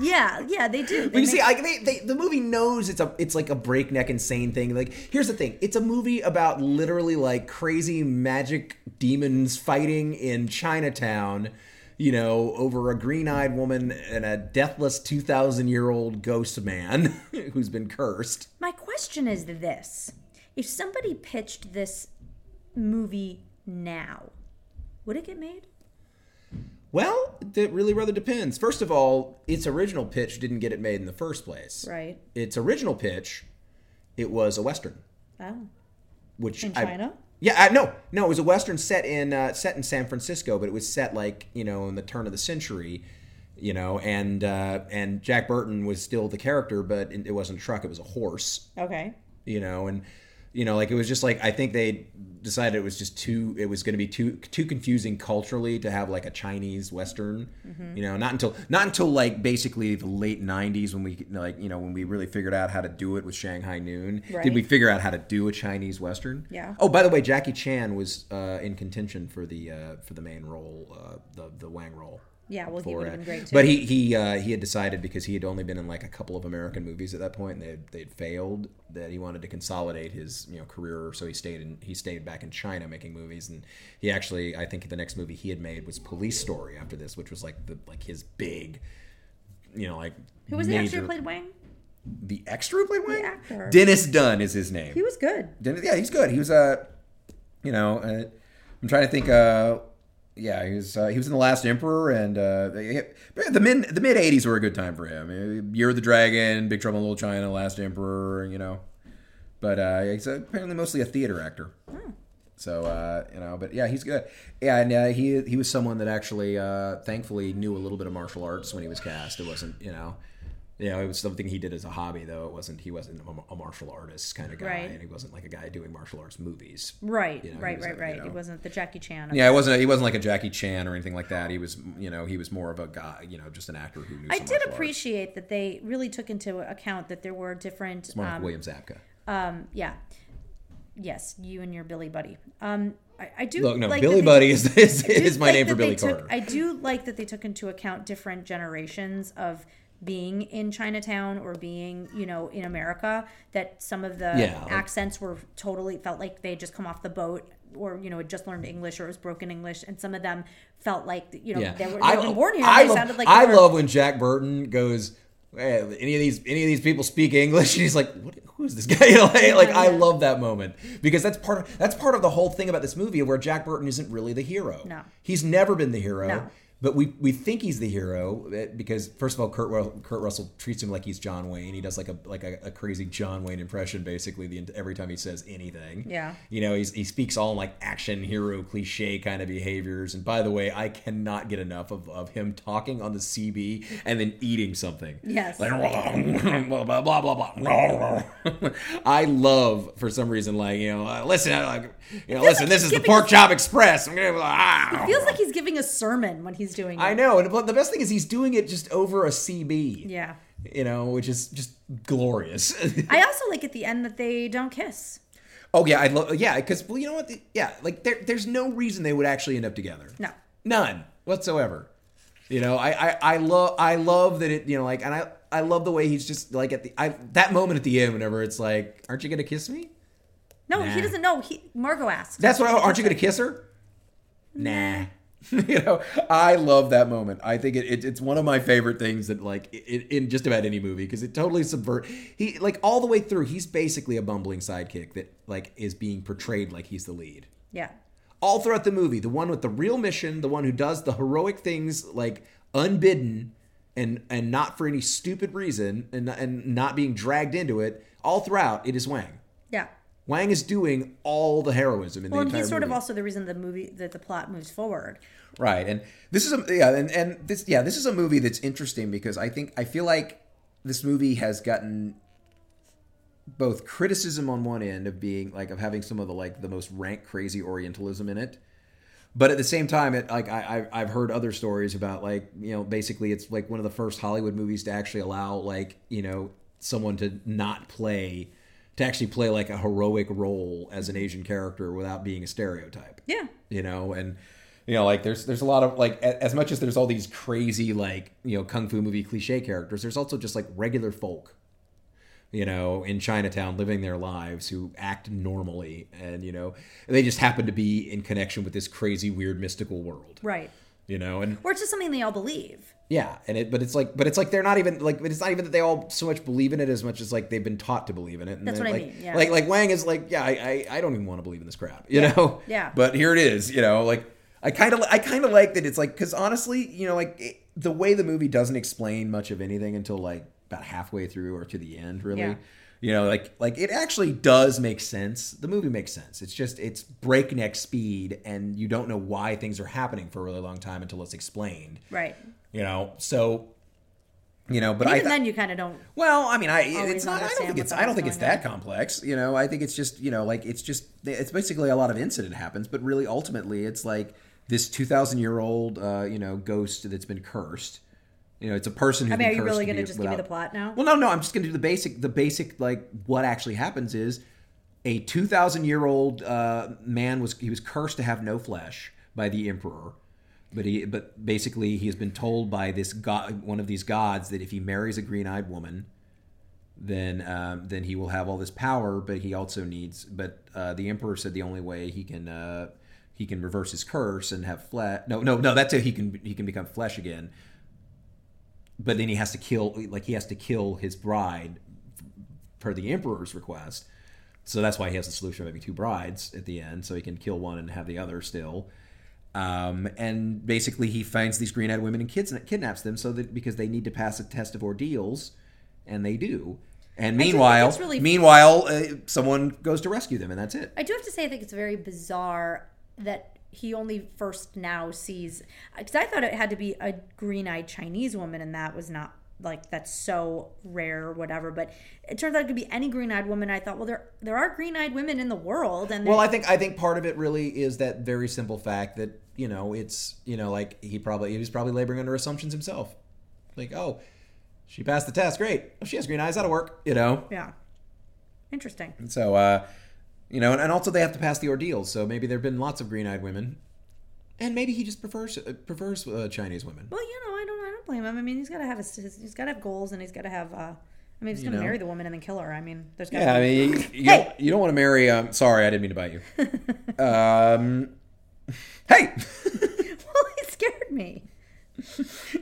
[SPEAKER 2] yeah yeah they do
[SPEAKER 3] but
[SPEAKER 2] They
[SPEAKER 3] you
[SPEAKER 2] make-
[SPEAKER 3] see, I, they, they, the movie knows it's a it's like a breakneck insane thing. Like here's the thing: it's a movie about literally like crazy magic demons fighting in Chinatown. You know, over a green-eyed woman and a deathless two thousand-year-old ghost man who's been cursed.
[SPEAKER 2] My question is this if somebody pitched this movie now, would it get made?
[SPEAKER 3] Well, that really rather depends. First of all, its original pitch didn't get it made in the first place.
[SPEAKER 2] Right.
[SPEAKER 3] Its original pitch, it was a western,
[SPEAKER 2] Oh.
[SPEAKER 3] which
[SPEAKER 2] In
[SPEAKER 3] I-
[SPEAKER 2] China?
[SPEAKER 3] yeah, I, no, no, it was a western set in uh, set in San Francisco, but it was set like you know in the turn of the century, you know, and uh, and Jack Burton was still the character, but it it wasn't a truck; it was a horse,
[SPEAKER 2] Okay.
[SPEAKER 3] you know, and you know, like it was just like I think they decided it was just too it was going to be too too confusing culturally to have like a Chinese Western,
[SPEAKER 2] Mm-hmm.
[SPEAKER 3] you know, not until
[SPEAKER 1] Not until like basically the late '90s when we like you know when we really figured out how to do it with Shanghai Noon.
[SPEAKER 2] Right.
[SPEAKER 3] did we figure out how to do a Chinese Western.
[SPEAKER 2] Yeah.
[SPEAKER 3] Oh, by the way, Jackie Chan was uh, in contention for the uh, for the main role, uh, the the Wang role.
[SPEAKER 2] Yeah, well, he
[SPEAKER 3] for
[SPEAKER 2] would've
[SPEAKER 3] it.
[SPEAKER 2] been great, too.
[SPEAKER 3] But he he uh, he had decided because he had only been in like a couple of American movies at that point, and they'd, they'd failed. That he wanted to consolidate his you know career, so he stayed in he stayed back in China making movies, and he actually I think the next movie he had made was Police Story after this, which was like the like his big, you know like
[SPEAKER 2] Who was the actor who
[SPEAKER 3] major-
[SPEAKER 2] played Wang?
[SPEAKER 3] the extra who played Wang?
[SPEAKER 2] actor.
[SPEAKER 3] Dennis Dunn is his name.
[SPEAKER 2] He was good.
[SPEAKER 3] Dennis, yeah, he's good. He was uh, you know, uh, I'm trying to think. Uh, yeah, he was uh, he was in the Last Emperor, and uh, they- the mid the mid '80s were a good time for him. Uh, Year of the Dragon, Big Trouble in Little China, Last Emperor, you know. But uh, he's apparently mostly a theater actor. So uh, you know, but yeah, he's good. Yeah, and uh, he he was someone that actually, uh, thankfully, knew a little bit of martial arts when he was cast. It wasn't you know, you know, it was something he did as a hobby though. It wasn't he wasn't a, a martial artist kind of guy,
[SPEAKER 2] Right.
[SPEAKER 3] and he wasn't like a guy doing martial arts movies.
[SPEAKER 2] Right,
[SPEAKER 3] You know, he
[SPEAKER 2] right,
[SPEAKER 3] was
[SPEAKER 2] right,
[SPEAKER 3] a-
[SPEAKER 2] right.
[SPEAKER 3] you know.
[SPEAKER 2] It wasn't the Jackie Chan.
[SPEAKER 3] Yeah, it wasn't he wasn't like a Jackie Chan or anything like that. He was you know he was more of a guy, you know, just an actor who knew.
[SPEAKER 2] I
[SPEAKER 3] some
[SPEAKER 2] did
[SPEAKER 3] martial arts.
[SPEAKER 2] appreciate that they really took into account that there were different.
[SPEAKER 3] more like
[SPEAKER 2] um,
[SPEAKER 3] William Zabka.
[SPEAKER 2] yeah. Yes, you and your Billy buddy. Um, I, I do
[SPEAKER 3] Look, no,
[SPEAKER 2] like that
[SPEAKER 3] Billy
[SPEAKER 2] they-
[SPEAKER 3] Buddy is is,
[SPEAKER 2] I do
[SPEAKER 3] is my
[SPEAKER 2] like
[SPEAKER 3] name for
[SPEAKER 2] that they
[SPEAKER 3] Billy
[SPEAKER 2] took-
[SPEAKER 3] Carter.
[SPEAKER 2] I do like that they took into account different generations of being in Chinatown or being, you know, in America. That some of the
[SPEAKER 3] Yeah, like-
[SPEAKER 2] accents were totally felt like they had just come off the boat or you know had just learned English or it was broken English, and some of them felt like you know they were they were born here. and
[SPEAKER 3] I
[SPEAKER 2] they
[SPEAKER 3] love,
[SPEAKER 2] sounded like
[SPEAKER 3] I
[SPEAKER 2] they were-
[SPEAKER 3] love when Jack Burton goes. Hey, any of these any of these people speak English? And he's like, what, who is this guy? You know, like, like, I love that moment because that's part of that's part of the whole thing about this movie where Jack Burton isn't really the hero.
[SPEAKER 2] No.
[SPEAKER 3] he's never been the hero.
[SPEAKER 2] No.
[SPEAKER 3] But we, we think he's the hero eh, because first of all, Kurt, Ru- Kurt Russell treats him like he's John Wayne. He does like a like a, a crazy John Wayne impression basically the, every time he says anything.
[SPEAKER 2] Yeah.
[SPEAKER 3] You know, he's, he speaks all in like action hero cliche kind of behaviors. And by the way, I cannot get enough of, of him talking on the CB and then eating something.
[SPEAKER 2] Yes.
[SPEAKER 3] Like, blah, blah, blah, blah, blah. I love, for some reason, like, you know, uh, listen, uh, like, you know, listen,
[SPEAKER 2] like
[SPEAKER 3] this
[SPEAKER 2] he's
[SPEAKER 3] is the
[SPEAKER 2] giving
[SPEAKER 3] Pork
[SPEAKER 2] us-
[SPEAKER 3] Chop Express. I'm gonna, ah.
[SPEAKER 2] Feels like he's giving a sermon when he's doing it.
[SPEAKER 3] I know. And but the best thing is he's doing it just over a CB.
[SPEAKER 2] Yeah.
[SPEAKER 3] You know, which is just glorious.
[SPEAKER 2] I also like at the end that they don't kiss.
[SPEAKER 3] Oh yeah, I love yeah because well you know what the, yeah like there, there's no reason they would actually end up together.
[SPEAKER 2] No.
[SPEAKER 3] none whatsoever. You know I I, I love I love that it you know like and I I love the way he's just like at the I that moment at the end whenever it's like aren't you gonna kiss me?
[SPEAKER 2] No,
[SPEAKER 3] Nah.
[SPEAKER 2] he doesn't know. He Margot asks.
[SPEAKER 3] That's what I, aren't you gonna kiss her? Nah. you know I love that moment. I think it, it it's one of my favorite things that like i i- in just about any movie because it totally subvert he like all the way through he's basically a bumbling sidekick that like is being portrayed like he's the lead.
[SPEAKER 2] yeah.
[SPEAKER 3] all throughout the movie the one with the real mission the one who does the heroic things like unbidden and and not for any stupid reason and, and not being dragged into it all throughout it is wang
[SPEAKER 2] Yeah.
[SPEAKER 3] wang is doing all the heroism in
[SPEAKER 2] Well,
[SPEAKER 3] the
[SPEAKER 2] and
[SPEAKER 3] entire
[SPEAKER 2] he's sort
[SPEAKER 3] movie.
[SPEAKER 2] of also the reason the movie that the plot moves forward.
[SPEAKER 3] Right, and this is a yeah, and, and this yeah, this is a movie that's interesting because I think I feel like this movie has gotten both criticism on one end of being like of having some of the like the most rank crazy Orientalism in it, but at the same time, it like I, I I've heard other stories about like you know basically it's like one of the first Hollywood movies to actually allow like you know someone to not play to actually play like a heroic role as an Asian character without being a stereotype
[SPEAKER 2] Yeah.
[SPEAKER 3] you know and you know like there's there's a lot of like a- as much as there's all these crazy like you know kung fu movie cliche characters there's also just like regular folk you know in chinatown living their lives who act normally and you know they just happen to be in connection with this crazy weird mystical world
[SPEAKER 2] Right.
[SPEAKER 3] you know and
[SPEAKER 2] Or it's just something they all believe.
[SPEAKER 3] yeah and it but it's like but it's like they're not even like but it's not even that they all so much believe in it as much as like they've been taught to believe in it and
[SPEAKER 2] That's
[SPEAKER 3] then,
[SPEAKER 2] what I
[SPEAKER 3] like,
[SPEAKER 2] mean, yeah.
[SPEAKER 3] like like wang is like yeah I, I i don't even want to believe in this crap you know
[SPEAKER 2] yeah.
[SPEAKER 3] but here it is you know like I kind of I kind of like that it's like because honestly, you know, like it, the way the movie doesn't explain much of anything until like about halfway through or to the end, really.
[SPEAKER 2] Yeah.
[SPEAKER 3] You know, like like it actually does make sense. The movie makes sense. It's just it's breakneck speed, and you don't know why things are happening for a really long time until it's explained.
[SPEAKER 2] Right.
[SPEAKER 3] You know, so you know, but I
[SPEAKER 2] Even then, you kind of don't.
[SPEAKER 3] well, I mean, I
[SPEAKER 2] Always
[SPEAKER 3] it's not. I don't
[SPEAKER 2] understand
[SPEAKER 3] think it's.
[SPEAKER 2] what's
[SPEAKER 3] I don't think it's
[SPEAKER 2] going
[SPEAKER 3] that complex. You know, I think it's just. You know, like it's just. It's basically a lot of incident happens, but really, ultimately, it's like this two thousand year old, uh, you know, ghost that's been cursed. You know, it's a person who's.
[SPEAKER 2] I mean, are
[SPEAKER 3] been
[SPEAKER 2] you
[SPEAKER 3] cursed
[SPEAKER 2] really
[SPEAKER 3] to
[SPEAKER 2] going to
[SPEAKER 3] be
[SPEAKER 2] just give me
[SPEAKER 3] without-
[SPEAKER 2] the plot now?
[SPEAKER 3] Well, no, no. I'm just going to do the basic. The basic, like, what actually happens is a two thousand year old uh, man was he was cursed to have no flesh by the emperor. But he, but basically, he has been told by this god, one of these gods, that if he marries a green-eyed woman, then um, then he will have all this power. But he also needs. But uh, the emperor said the only way he can uh, he can reverse his curse and have flesh. No, no, no. That's how he can he can become flesh again. But then he has to kill like he has to kill his bride per the emperor's request. So that's why he has the solution of having two brides at the end, so he can kill one and have the other still. Um, and basically, he finds these green-eyed women and kids kidnaps them, so that because they need to pass a test of ordeals, and they do. And
[SPEAKER 2] think
[SPEAKER 3] meanwhile,
[SPEAKER 2] that's really-
[SPEAKER 3] meanwhile, uh, someone goes to rescue them, and that's it.
[SPEAKER 2] I do have to say, I think it's very bizarre that he only first now sees because I thought it had to be a green-eyed Chinese woman, and that was not like that's so rare or whatever. But it turns out it could be any green-eyed woman. I thought, well, there there are green-eyed women in the world, and
[SPEAKER 3] Well, I think I think part of it really is that very simple fact that you know it's you know like he probably he was probably laboring under assumptions himself, like oh, she passed the test, great. Oh, she has green eyes, that'll work. You know,
[SPEAKER 2] yeah, interesting.
[SPEAKER 3] So, uh, you know, and, and also they have to pass the ordeals. So maybe there have been lots of green-eyed women, and maybe he just prefers uh, prefers uh, Chinese women.
[SPEAKER 2] Well, you know, I don't I don't blame him. I mean, he's got to have his, his- he's got to have goals, and he's got to have. uh I mean, he's going to
[SPEAKER 3] know.
[SPEAKER 2] marry the woman and then kill her. I mean, there's got to
[SPEAKER 3] Yeah, I
[SPEAKER 2] be
[SPEAKER 3] mean, you, you
[SPEAKER 2] Hey!
[SPEAKER 3] don't, you don't want to marry. Um, sorry, I didn't mean to bite you. um, hey,
[SPEAKER 2] well, he scared me.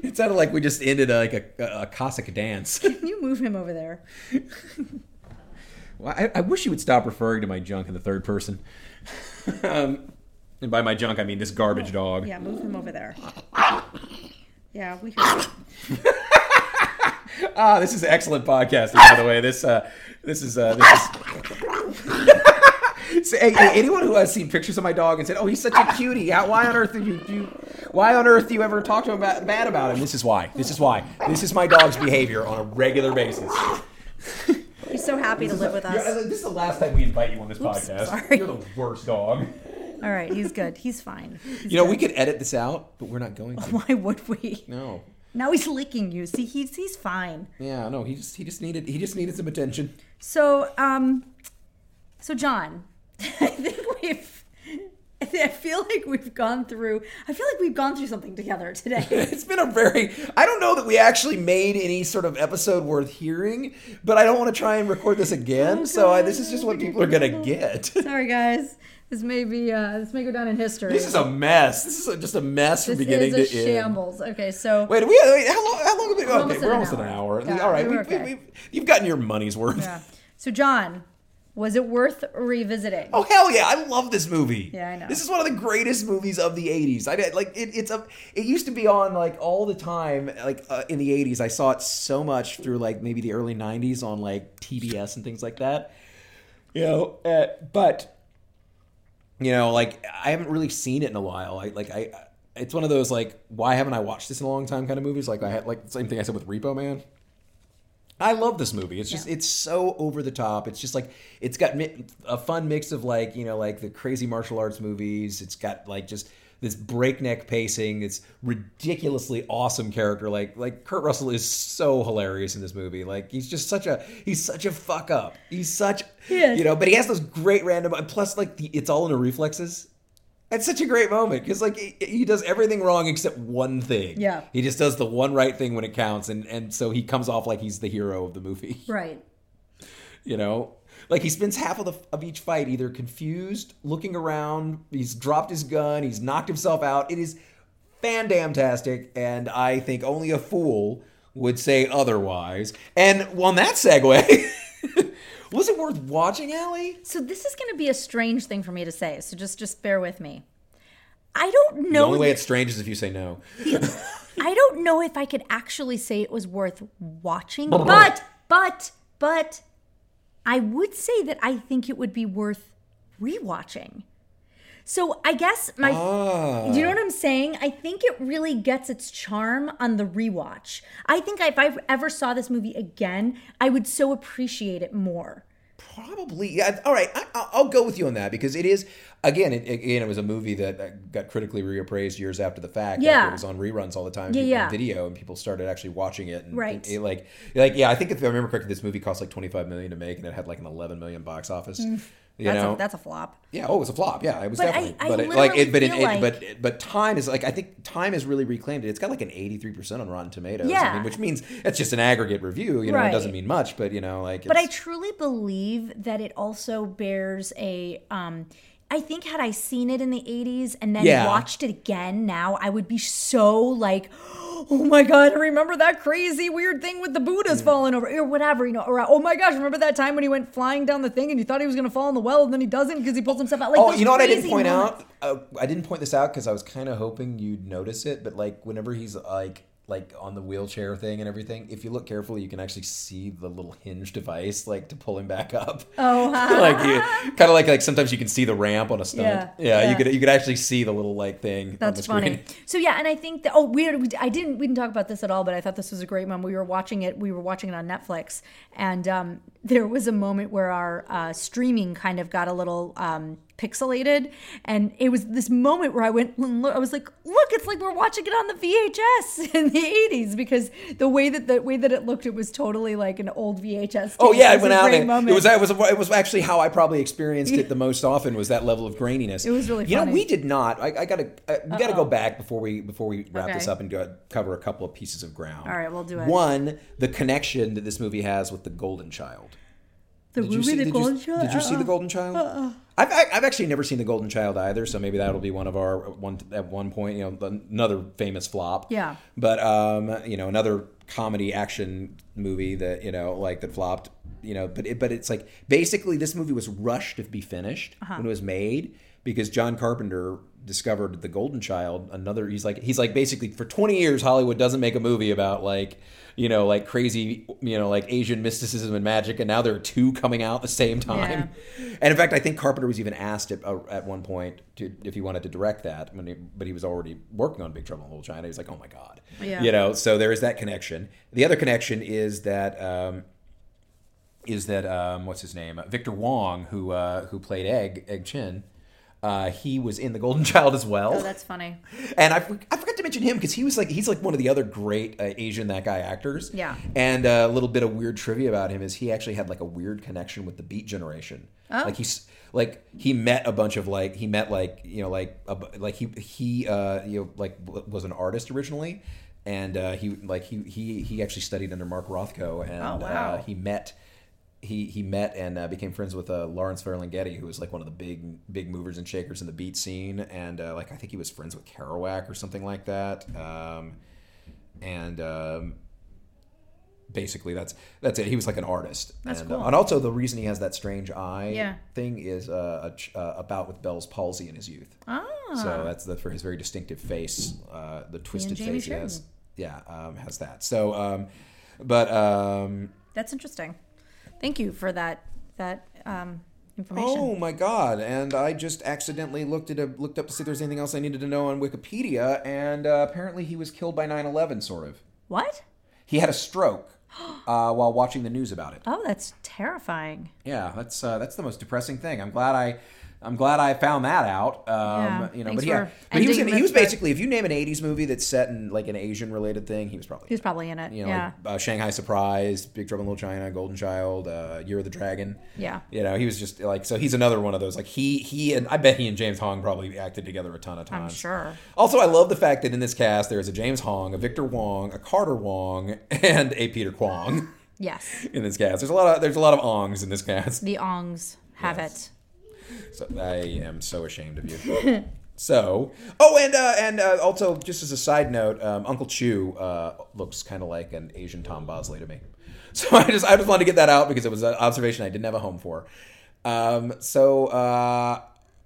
[SPEAKER 3] it sounded like we just ended uh, like a, a, Cossack dance.
[SPEAKER 2] Can you move him over there?
[SPEAKER 3] Well, I, I wish you would stop referring to my junk in the third person. um, and by my junk, I mean this garbage
[SPEAKER 2] Oh,
[SPEAKER 3] dog.
[SPEAKER 2] Yeah, move him over there. Yeah, we hear you.
[SPEAKER 3] Ah, this is excellent podcasting, by the way. This uh, this is uh, this is. Say, hey, hey, anyone who has seen pictures of my dog and said, "Oh, he's such a cutie," how, why on earth did you, you why on earth do you ever talk to him about, bad about him? This is why. This is why. This is my dog's behavior on a regular basis.
[SPEAKER 2] He's so happy to live with
[SPEAKER 3] You're- uh,
[SPEAKER 2] us.
[SPEAKER 3] this is the last time we invite you on this podcast.
[SPEAKER 2] sorry.
[SPEAKER 3] You're the worst dog.
[SPEAKER 2] All right, he's good. He's fine.
[SPEAKER 3] You know we could edit this out, but we're not going to.
[SPEAKER 2] Why would we?
[SPEAKER 3] No.
[SPEAKER 2] Now he's licking you. See, he's he's fine.
[SPEAKER 3] Yeah, no. He just he just needed he just needed some attention.
[SPEAKER 2] So, um, so John, I think we've. I thi- I feel like we've gone through. I feel like we've gone through something together today.
[SPEAKER 3] It's been a very. I don't know that we actually made any sort of episode worth hearing, but I don't want to try and record this again.
[SPEAKER 2] Oh,
[SPEAKER 3] so I, this is just what people are gonna get.
[SPEAKER 2] Sorry, guys. This may be. Uh, this may go down in history.
[SPEAKER 3] this is a mess. This is a, just a mess from
[SPEAKER 2] This
[SPEAKER 3] beginning
[SPEAKER 2] is a
[SPEAKER 3] to end.
[SPEAKER 2] shambles. Okay, so
[SPEAKER 3] Wait, we wait, how long? How long have we? Okay,
[SPEAKER 2] almost at
[SPEAKER 3] we're
[SPEAKER 2] an
[SPEAKER 3] almost at an
[SPEAKER 2] hour.
[SPEAKER 3] hour.
[SPEAKER 2] Yeah,
[SPEAKER 3] All right,
[SPEAKER 2] we
[SPEAKER 3] we,
[SPEAKER 2] were okay.
[SPEAKER 3] we, we, you've gotten your money's worth.
[SPEAKER 2] yeah. So John, was it worth revisiting?
[SPEAKER 3] Oh hell yeah! I love this movie.
[SPEAKER 2] Yeah, I know.
[SPEAKER 3] This is one of the greatest movies of the '80s. I did- like it, it's a. It used to be on like all the time, like uh, in the '80s. I saw it so much through like maybe the early '90s on like TBS and things like that. You know, uh, but you know, like I haven't really seen it in a while. I like I. It's one of those like why haven't I watched this in a long time kind of movies. Like I had like same thing I said with Repo Man. I love this movie. It's just it's so over the top. It's just like it's got mi- a fun mix of like you know like the crazy martial arts movies. It's got like just this breakneck pacing. This ridiculously awesome character. Like like Kurt Russell is so hilarious in this movie. Like he's just such a he's such a fuck up. He's such
[SPEAKER 2] is.
[SPEAKER 3] you know. But he has those great random. and Plus like the, it's all in her reflexes. It's such a great moment because like he, he does everything wrong except one thing.
[SPEAKER 2] Yeah.
[SPEAKER 3] he just does the one right thing when it counts, and and so he comes off like he's the hero of the movie.
[SPEAKER 2] Right.
[SPEAKER 3] You know, like he spends half of the of each fight either confused, looking around. He's dropped his gun. He's knocked himself out. It is fan damntastic, and I think only a fool would say otherwise. And on that segue, was it worth watching, Allie?
[SPEAKER 2] So this is going to be a strange thing for me to say. So just just bear with me. I don't
[SPEAKER 3] The
[SPEAKER 2] know.
[SPEAKER 3] only way it's strange is if you say no.
[SPEAKER 2] I don't know if I could actually say it was worth watching, but but but I would say that I think it would be worth rewatching. So I guess my
[SPEAKER 3] Ah.
[SPEAKER 2] Do you know what I'm saying? I think it really gets its charm on the rewatch. I think if I ever saw this movie again, I would so appreciate it more.
[SPEAKER 3] Probably. Yeah, all right, I, I- I'll go with you on that because it is again. It, again, it was a movie that uh, got critically reappraised years after the fact.
[SPEAKER 2] Yeah.
[SPEAKER 3] after it was on reruns all the time. people-
[SPEAKER 2] yeah.
[SPEAKER 3] on video, and people started actually watching it. And
[SPEAKER 2] Right.
[SPEAKER 3] it- like, like, yeah, I think if I remember correctly, this movie cost like twenty five million to make, and it had like an eleven million box office. You
[SPEAKER 2] Mm. That's
[SPEAKER 3] know,
[SPEAKER 2] a, that's a flop.
[SPEAKER 3] Yeah, oh, it was a flop. Yeah, it was
[SPEAKER 2] But I-
[SPEAKER 3] definitely.
[SPEAKER 2] I
[SPEAKER 3] but it, like,
[SPEAKER 2] literally
[SPEAKER 3] it, but it,
[SPEAKER 2] feel
[SPEAKER 3] it-
[SPEAKER 2] like-
[SPEAKER 3] but but time is like I think time has really reclaimed it. It's got like an eighty three percent on Rotten Tomatoes. I
[SPEAKER 2] Yeah.
[SPEAKER 3] mean, which means it's just an aggregate review. You know, it
[SPEAKER 2] Right.
[SPEAKER 3] doesn't mean much, but you know, like.
[SPEAKER 2] but I
[SPEAKER 3] it's-
[SPEAKER 2] truly believe that it also bears a. Um, I think had I seen it in the '80s and then
[SPEAKER 3] Yeah.
[SPEAKER 2] watched it again now, I would be so like, oh my god, I remember that crazy weird thing with the Buddhas
[SPEAKER 3] Mm.
[SPEAKER 2] falling over or whatever, you know, or oh my gosh, remember that time when he went flying down the thing and you thought he was gonna fall in the well and then he doesn't because he pulls himself out. Like,
[SPEAKER 3] Oh,
[SPEAKER 2] those
[SPEAKER 3] you know what I didn't
[SPEAKER 2] crazy
[SPEAKER 3] point
[SPEAKER 2] moments.
[SPEAKER 3] out? Uh, I didn't point this out because I was kind of hoping you'd notice it. But like, whenever he's like like on the wheelchair thing and everything, if you look carefully, you can actually see the little hinge device like to pull him back up. Oh, like kind of like like sometimes you can see the ramp on a stunt. Yeah,
[SPEAKER 2] Yeah,
[SPEAKER 3] you
[SPEAKER 2] yeah.
[SPEAKER 3] could you could actually see the little like thing. on the
[SPEAKER 2] That's
[SPEAKER 3] screen.
[SPEAKER 2] funny. So yeah, and I think that oh we, we I didn't we didn't talk about this at all, but I thought this was a great moment. We were watching it. We were watching it on Netflix, and um, there was a moment where our uh, streaming kind of got a little um, pixelated, and it was this moment where I went and look, I was like, look, it's like we're watching it on the VHS in the '80s because the way that the way that it looked, it was totally like an old VHS.
[SPEAKER 3] Oh
[SPEAKER 2] tape.
[SPEAKER 3] yeah, it
[SPEAKER 2] was
[SPEAKER 3] went
[SPEAKER 2] a
[SPEAKER 3] out.
[SPEAKER 2] great
[SPEAKER 3] And it
[SPEAKER 2] moment.
[SPEAKER 3] was it was it was actually how I probably experienced it the most often was that level of graininess. It
[SPEAKER 2] was really
[SPEAKER 3] You know,
[SPEAKER 2] funny.
[SPEAKER 3] we did not. I, I gotta I, we gotta go back before we before we wrap
[SPEAKER 2] Okay.
[SPEAKER 3] this up and go, cover a couple of pieces of ground. All
[SPEAKER 2] right, we'll do it.
[SPEAKER 3] One, the connection that this movie has with the Golden Child.
[SPEAKER 2] the
[SPEAKER 3] Did you see
[SPEAKER 2] movie, the
[SPEAKER 3] did
[SPEAKER 2] Golden
[SPEAKER 3] you,
[SPEAKER 2] Child.
[SPEAKER 3] Did you see the Golden Child? I've, I- I've actually never seen the Golden Child either, so maybe that'll be one of our one at one point. You know, another famous flop.
[SPEAKER 2] Yeah.
[SPEAKER 3] But um, you know, another comedy action movie that you know, like that flopped. You know, but it, but it's like basically this movie was rushed to be finished when it was made because John Carpenter discovered the Golden Child. Another, he's like he's like basically for twenty years Hollywood doesn't make a movie about like you know like crazy you know like Asian mysticism and magic, and now there are two coming out at the same time. And in fact, I think Carpenter was even asked at, uh, at one point to, if he wanted to direct that, when he, but he was already working on Big Trouble in Little China. He was like, "Oh my god,"
[SPEAKER 2] Yeah.
[SPEAKER 3] you know. So there is that connection. The other connection is that um, is that um, what's his name, Victor Wong, who uh, who played Egg Egg Chin. Uh, he was in the Golden Child as well.
[SPEAKER 2] Oh, that's funny.
[SPEAKER 3] And I, for- I forgot to mention him because he was like he's like one of the other great uh, Asian that guy actors.
[SPEAKER 2] Yeah.
[SPEAKER 3] And uh, a little bit of weird trivia about him is he actually had like a weird connection with the Beat Generation. Oh. Like he's like he met a bunch of like he met like you know like a, bu- like he he uh, you know like w- was an artist originally, and uh, he like he he he actually studied under Mark Rothko and uh, he met he he met and uh, became friends with uh, Lawrence Ferlinghetti, who was like one of the big big movers and shakers in the beat scene, and uh, like I think he was friends with Kerouac or something like that. Um, and um, basically, that's that's it. He was like an artist. That's and, cool. and also, the reason he has that strange eye
[SPEAKER 2] Yeah.
[SPEAKER 3] thing is uh, a, ch- uh, about with Bell's palsy in his youth. Ah. So that's that's for his very distinctive face, uh, the twisted
[SPEAKER 2] Jamie
[SPEAKER 3] face. he has. Yeah, um, has that. So, um, but. Um,
[SPEAKER 2] That's interesting. Thank you for that that um, information.
[SPEAKER 3] Oh my god! And I just accidentally looked at a, looked up to see if there's anything else I needed to know on Wikipedia, and uh, apparently he was killed by 9/11. Sort of.
[SPEAKER 2] What?
[SPEAKER 3] He had a stroke uh, while watching the news about it.
[SPEAKER 2] Oh, that's terrifying.
[SPEAKER 3] Yeah, that's uh, that's the most depressing thing. I'm glad I. I'm glad I found that out. Um,
[SPEAKER 2] Yeah,
[SPEAKER 3] you know,
[SPEAKER 2] thanks
[SPEAKER 3] but yeah,
[SPEAKER 2] for
[SPEAKER 3] but he was,
[SPEAKER 2] ending
[SPEAKER 3] in- he
[SPEAKER 2] this
[SPEAKER 3] was
[SPEAKER 2] part.
[SPEAKER 3] basically if you name an '80s movie that's set in like an Asian related thing, he was probably
[SPEAKER 2] He was probably in it.
[SPEAKER 3] you know,
[SPEAKER 2] yeah.
[SPEAKER 3] like, uh, Shanghai Surprise, Big Trouble in Little China, Golden Child, uh, Year of the Dragon.
[SPEAKER 2] Yeah.
[SPEAKER 3] you know, he was just like so. He's another one of those. Like he, he, and I bet he and James Hong probably acted together a ton of times.
[SPEAKER 2] sure.
[SPEAKER 3] Also, I love the fact that in this cast there is a James Hong, a Victor Wong, a Carter Wong, and a Peter Kwong
[SPEAKER 2] yes.
[SPEAKER 3] in this cast. There's a lot of there's a lot of Ongs in this cast.
[SPEAKER 2] The Ongs have
[SPEAKER 3] Yes.
[SPEAKER 2] it.
[SPEAKER 3] So I am so ashamed of you. so, oh, and uh, and uh, also, just as a side note, um, Uncle Chew uh, looks kind of like an Asian Tom Bosley to me. So I just I just wanted to get that out because it was an observation I didn't have a home for. Um, so uh,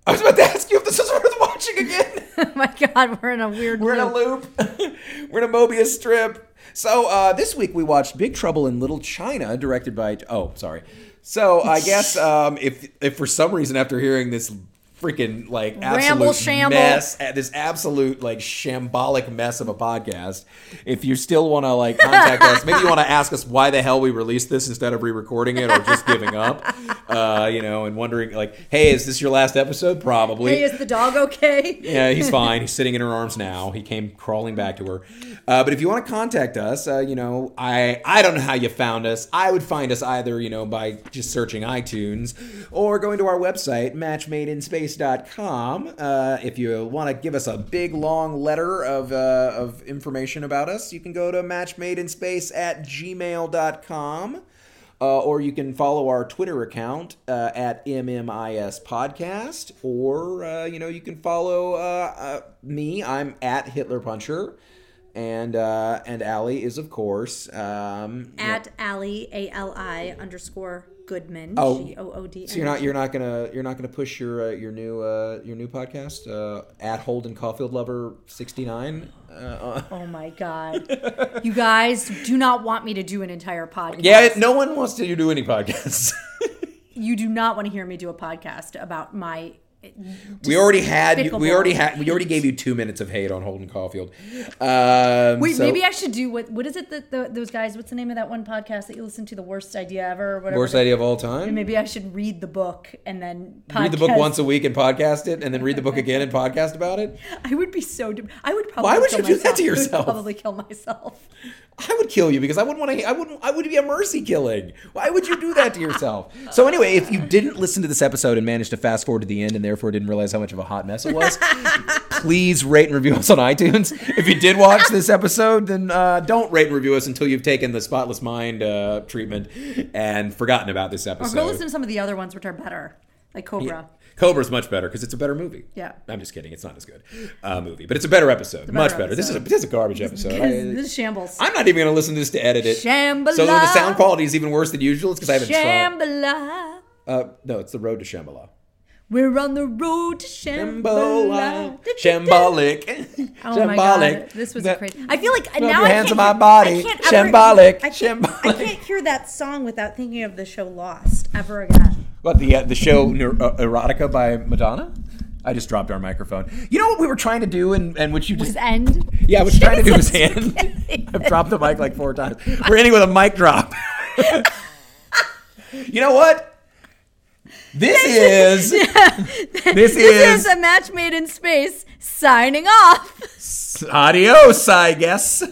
[SPEAKER 3] I was about to ask you if this is worth watching again.
[SPEAKER 2] oh my god, we're in a weird.
[SPEAKER 3] We're in a
[SPEAKER 2] loop.
[SPEAKER 3] loop. We're in a Mobius strip. So uh, this week we watched Big Trouble in Little China, directed by. Oh, sorry. So I guess um, if if for some reason after hearing this freaking like absolute
[SPEAKER 2] Ramble shamble.
[SPEAKER 3] mess, uh, this absolute like shambolic mess of a podcast, if you still want to like contact us, maybe you want to ask us why the hell we released this instead of re-recording it or just giving up, uh, you know, and wondering like, hey, is this your last episode? Probably.
[SPEAKER 2] Hey, is the dog okay?
[SPEAKER 3] Yeah, he's fine. He's sitting in her arms now. He came crawling back to her. Uh, but if you want to contact us, uh, you know, I I don't know how you found us. I would find us either, you know, by just searching iTunes or going to our website, matchmadeinspace.com. Uh, if you want to give us a big, long letter of, uh, of information about us, you can go to matchmadeinspace at gmail.com. Uh, or you can follow our Twitter account uh, at MMIS Podcast, or uh, you know you can follow uh, uh, me. I'm at Hitler Puncher, and uh, and Allie is of course. Um,
[SPEAKER 2] At Allie A L I underscore Goodman.
[SPEAKER 3] Oh,
[SPEAKER 2] G O O D.
[SPEAKER 3] so you're not you're not gonna you're not gonna push your uh, your new uh, your new podcast uh, at Holden Caulfield Lover sixty nine. Uh,
[SPEAKER 2] Oh my god, you guys do not want me to do an entire podcast.
[SPEAKER 3] yeah, uh, no one wants to do any podcasts.
[SPEAKER 2] you do not want to hear me do a podcast about my.
[SPEAKER 3] we already had you, we
[SPEAKER 2] Despicable.
[SPEAKER 3] already had we already gave you two minutes of hate on Holden Caulfield. Um,
[SPEAKER 2] Wait,
[SPEAKER 3] so-
[SPEAKER 2] maybe I should do what? What is it that the, those guys? What's the name of that one podcast that you listen to? The worst idea ever, or whatever.
[SPEAKER 3] Worst idea of all time.
[SPEAKER 2] Maybe I should read the book and then podcast.
[SPEAKER 3] Read the book once a week and podcast it, and then read the book again and podcast about it.
[SPEAKER 2] I would be so. De- I would probably.
[SPEAKER 3] Why would
[SPEAKER 2] kill
[SPEAKER 3] you do
[SPEAKER 2] myself.
[SPEAKER 3] that to
[SPEAKER 2] I would
[SPEAKER 3] yourself?
[SPEAKER 2] Probably kill myself.
[SPEAKER 3] I would kill you because I wouldn't want to. I wouldn't. I would be a mercy killing. Why would you do that to yourself? So anyway, if you didn't listen to this episode and managed to fast forward to the end and therefore didn't realize how much of a hot mess it was, please rate and review us on iTunes. If you did watch this episode, then uh, don't rate and review us until you've taken the spotless mind uh, treatment and forgotten about this
[SPEAKER 2] Or
[SPEAKER 3] episode.
[SPEAKER 2] go listen to some of the other ones, which are better, like Cobra.
[SPEAKER 3] Cobra's much better because it's a better movie.
[SPEAKER 2] Yeah.
[SPEAKER 3] I'm just kidding. It's not as good uh, movie, but it's a better episode. much better. This is a
[SPEAKER 2] episode.
[SPEAKER 3] this is a garbage episode. I,
[SPEAKER 2] This- This is shambles.
[SPEAKER 3] am not even going to listen to this to edit it.
[SPEAKER 2] Shambhala.
[SPEAKER 3] So then the sound quality is even worse than usual. It's because I haven't tried.
[SPEAKER 2] Shambhala.
[SPEAKER 3] Uh, no, it's the road to Shambhala.
[SPEAKER 2] We're on the road to Shambhala.
[SPEAKER 3] Shambhala. Shambolic.
[SPEAKER 2] Oh my god, this was a crazy. I feel like now
[SPEAKER 3] your
[SPEAKER 2] I
[SPEAKER 3] hands
[SPEAKER 2] can't
[SPEAKER 3] on my
[SPEAKER 2] hear-
[SPEAKER 3] body.
[SPEAKER 2] I can't ever-
[SPEAKER 3] Shambolic.
[SPEAKER 9] I can't, I
[SPEAKER 3] Shambolic.
[SPEAKER 9] can't hear that song without thinking of the show Lost ever again.
[SPEAKER 3] What the uh, the show Neur- uh, Erotica by Madonna? I just dropped our microphone. You know what we were trying to do, and, and what you just
[SPEAKER 2] His end.
[SPEAKER 3] Yeah, I was trying to do his
[SPEAKER 2] Jesus.
[SPEAKER 3] hand. I've dropped the mic like four times. We're ending with a mic drop. you know what? This is this
[SPEAKER 2] This is
[SPEAKER 3] is
[SPEAKER 2] a match made in space. Signing off.
[SPEAKER 3] adios, I guess.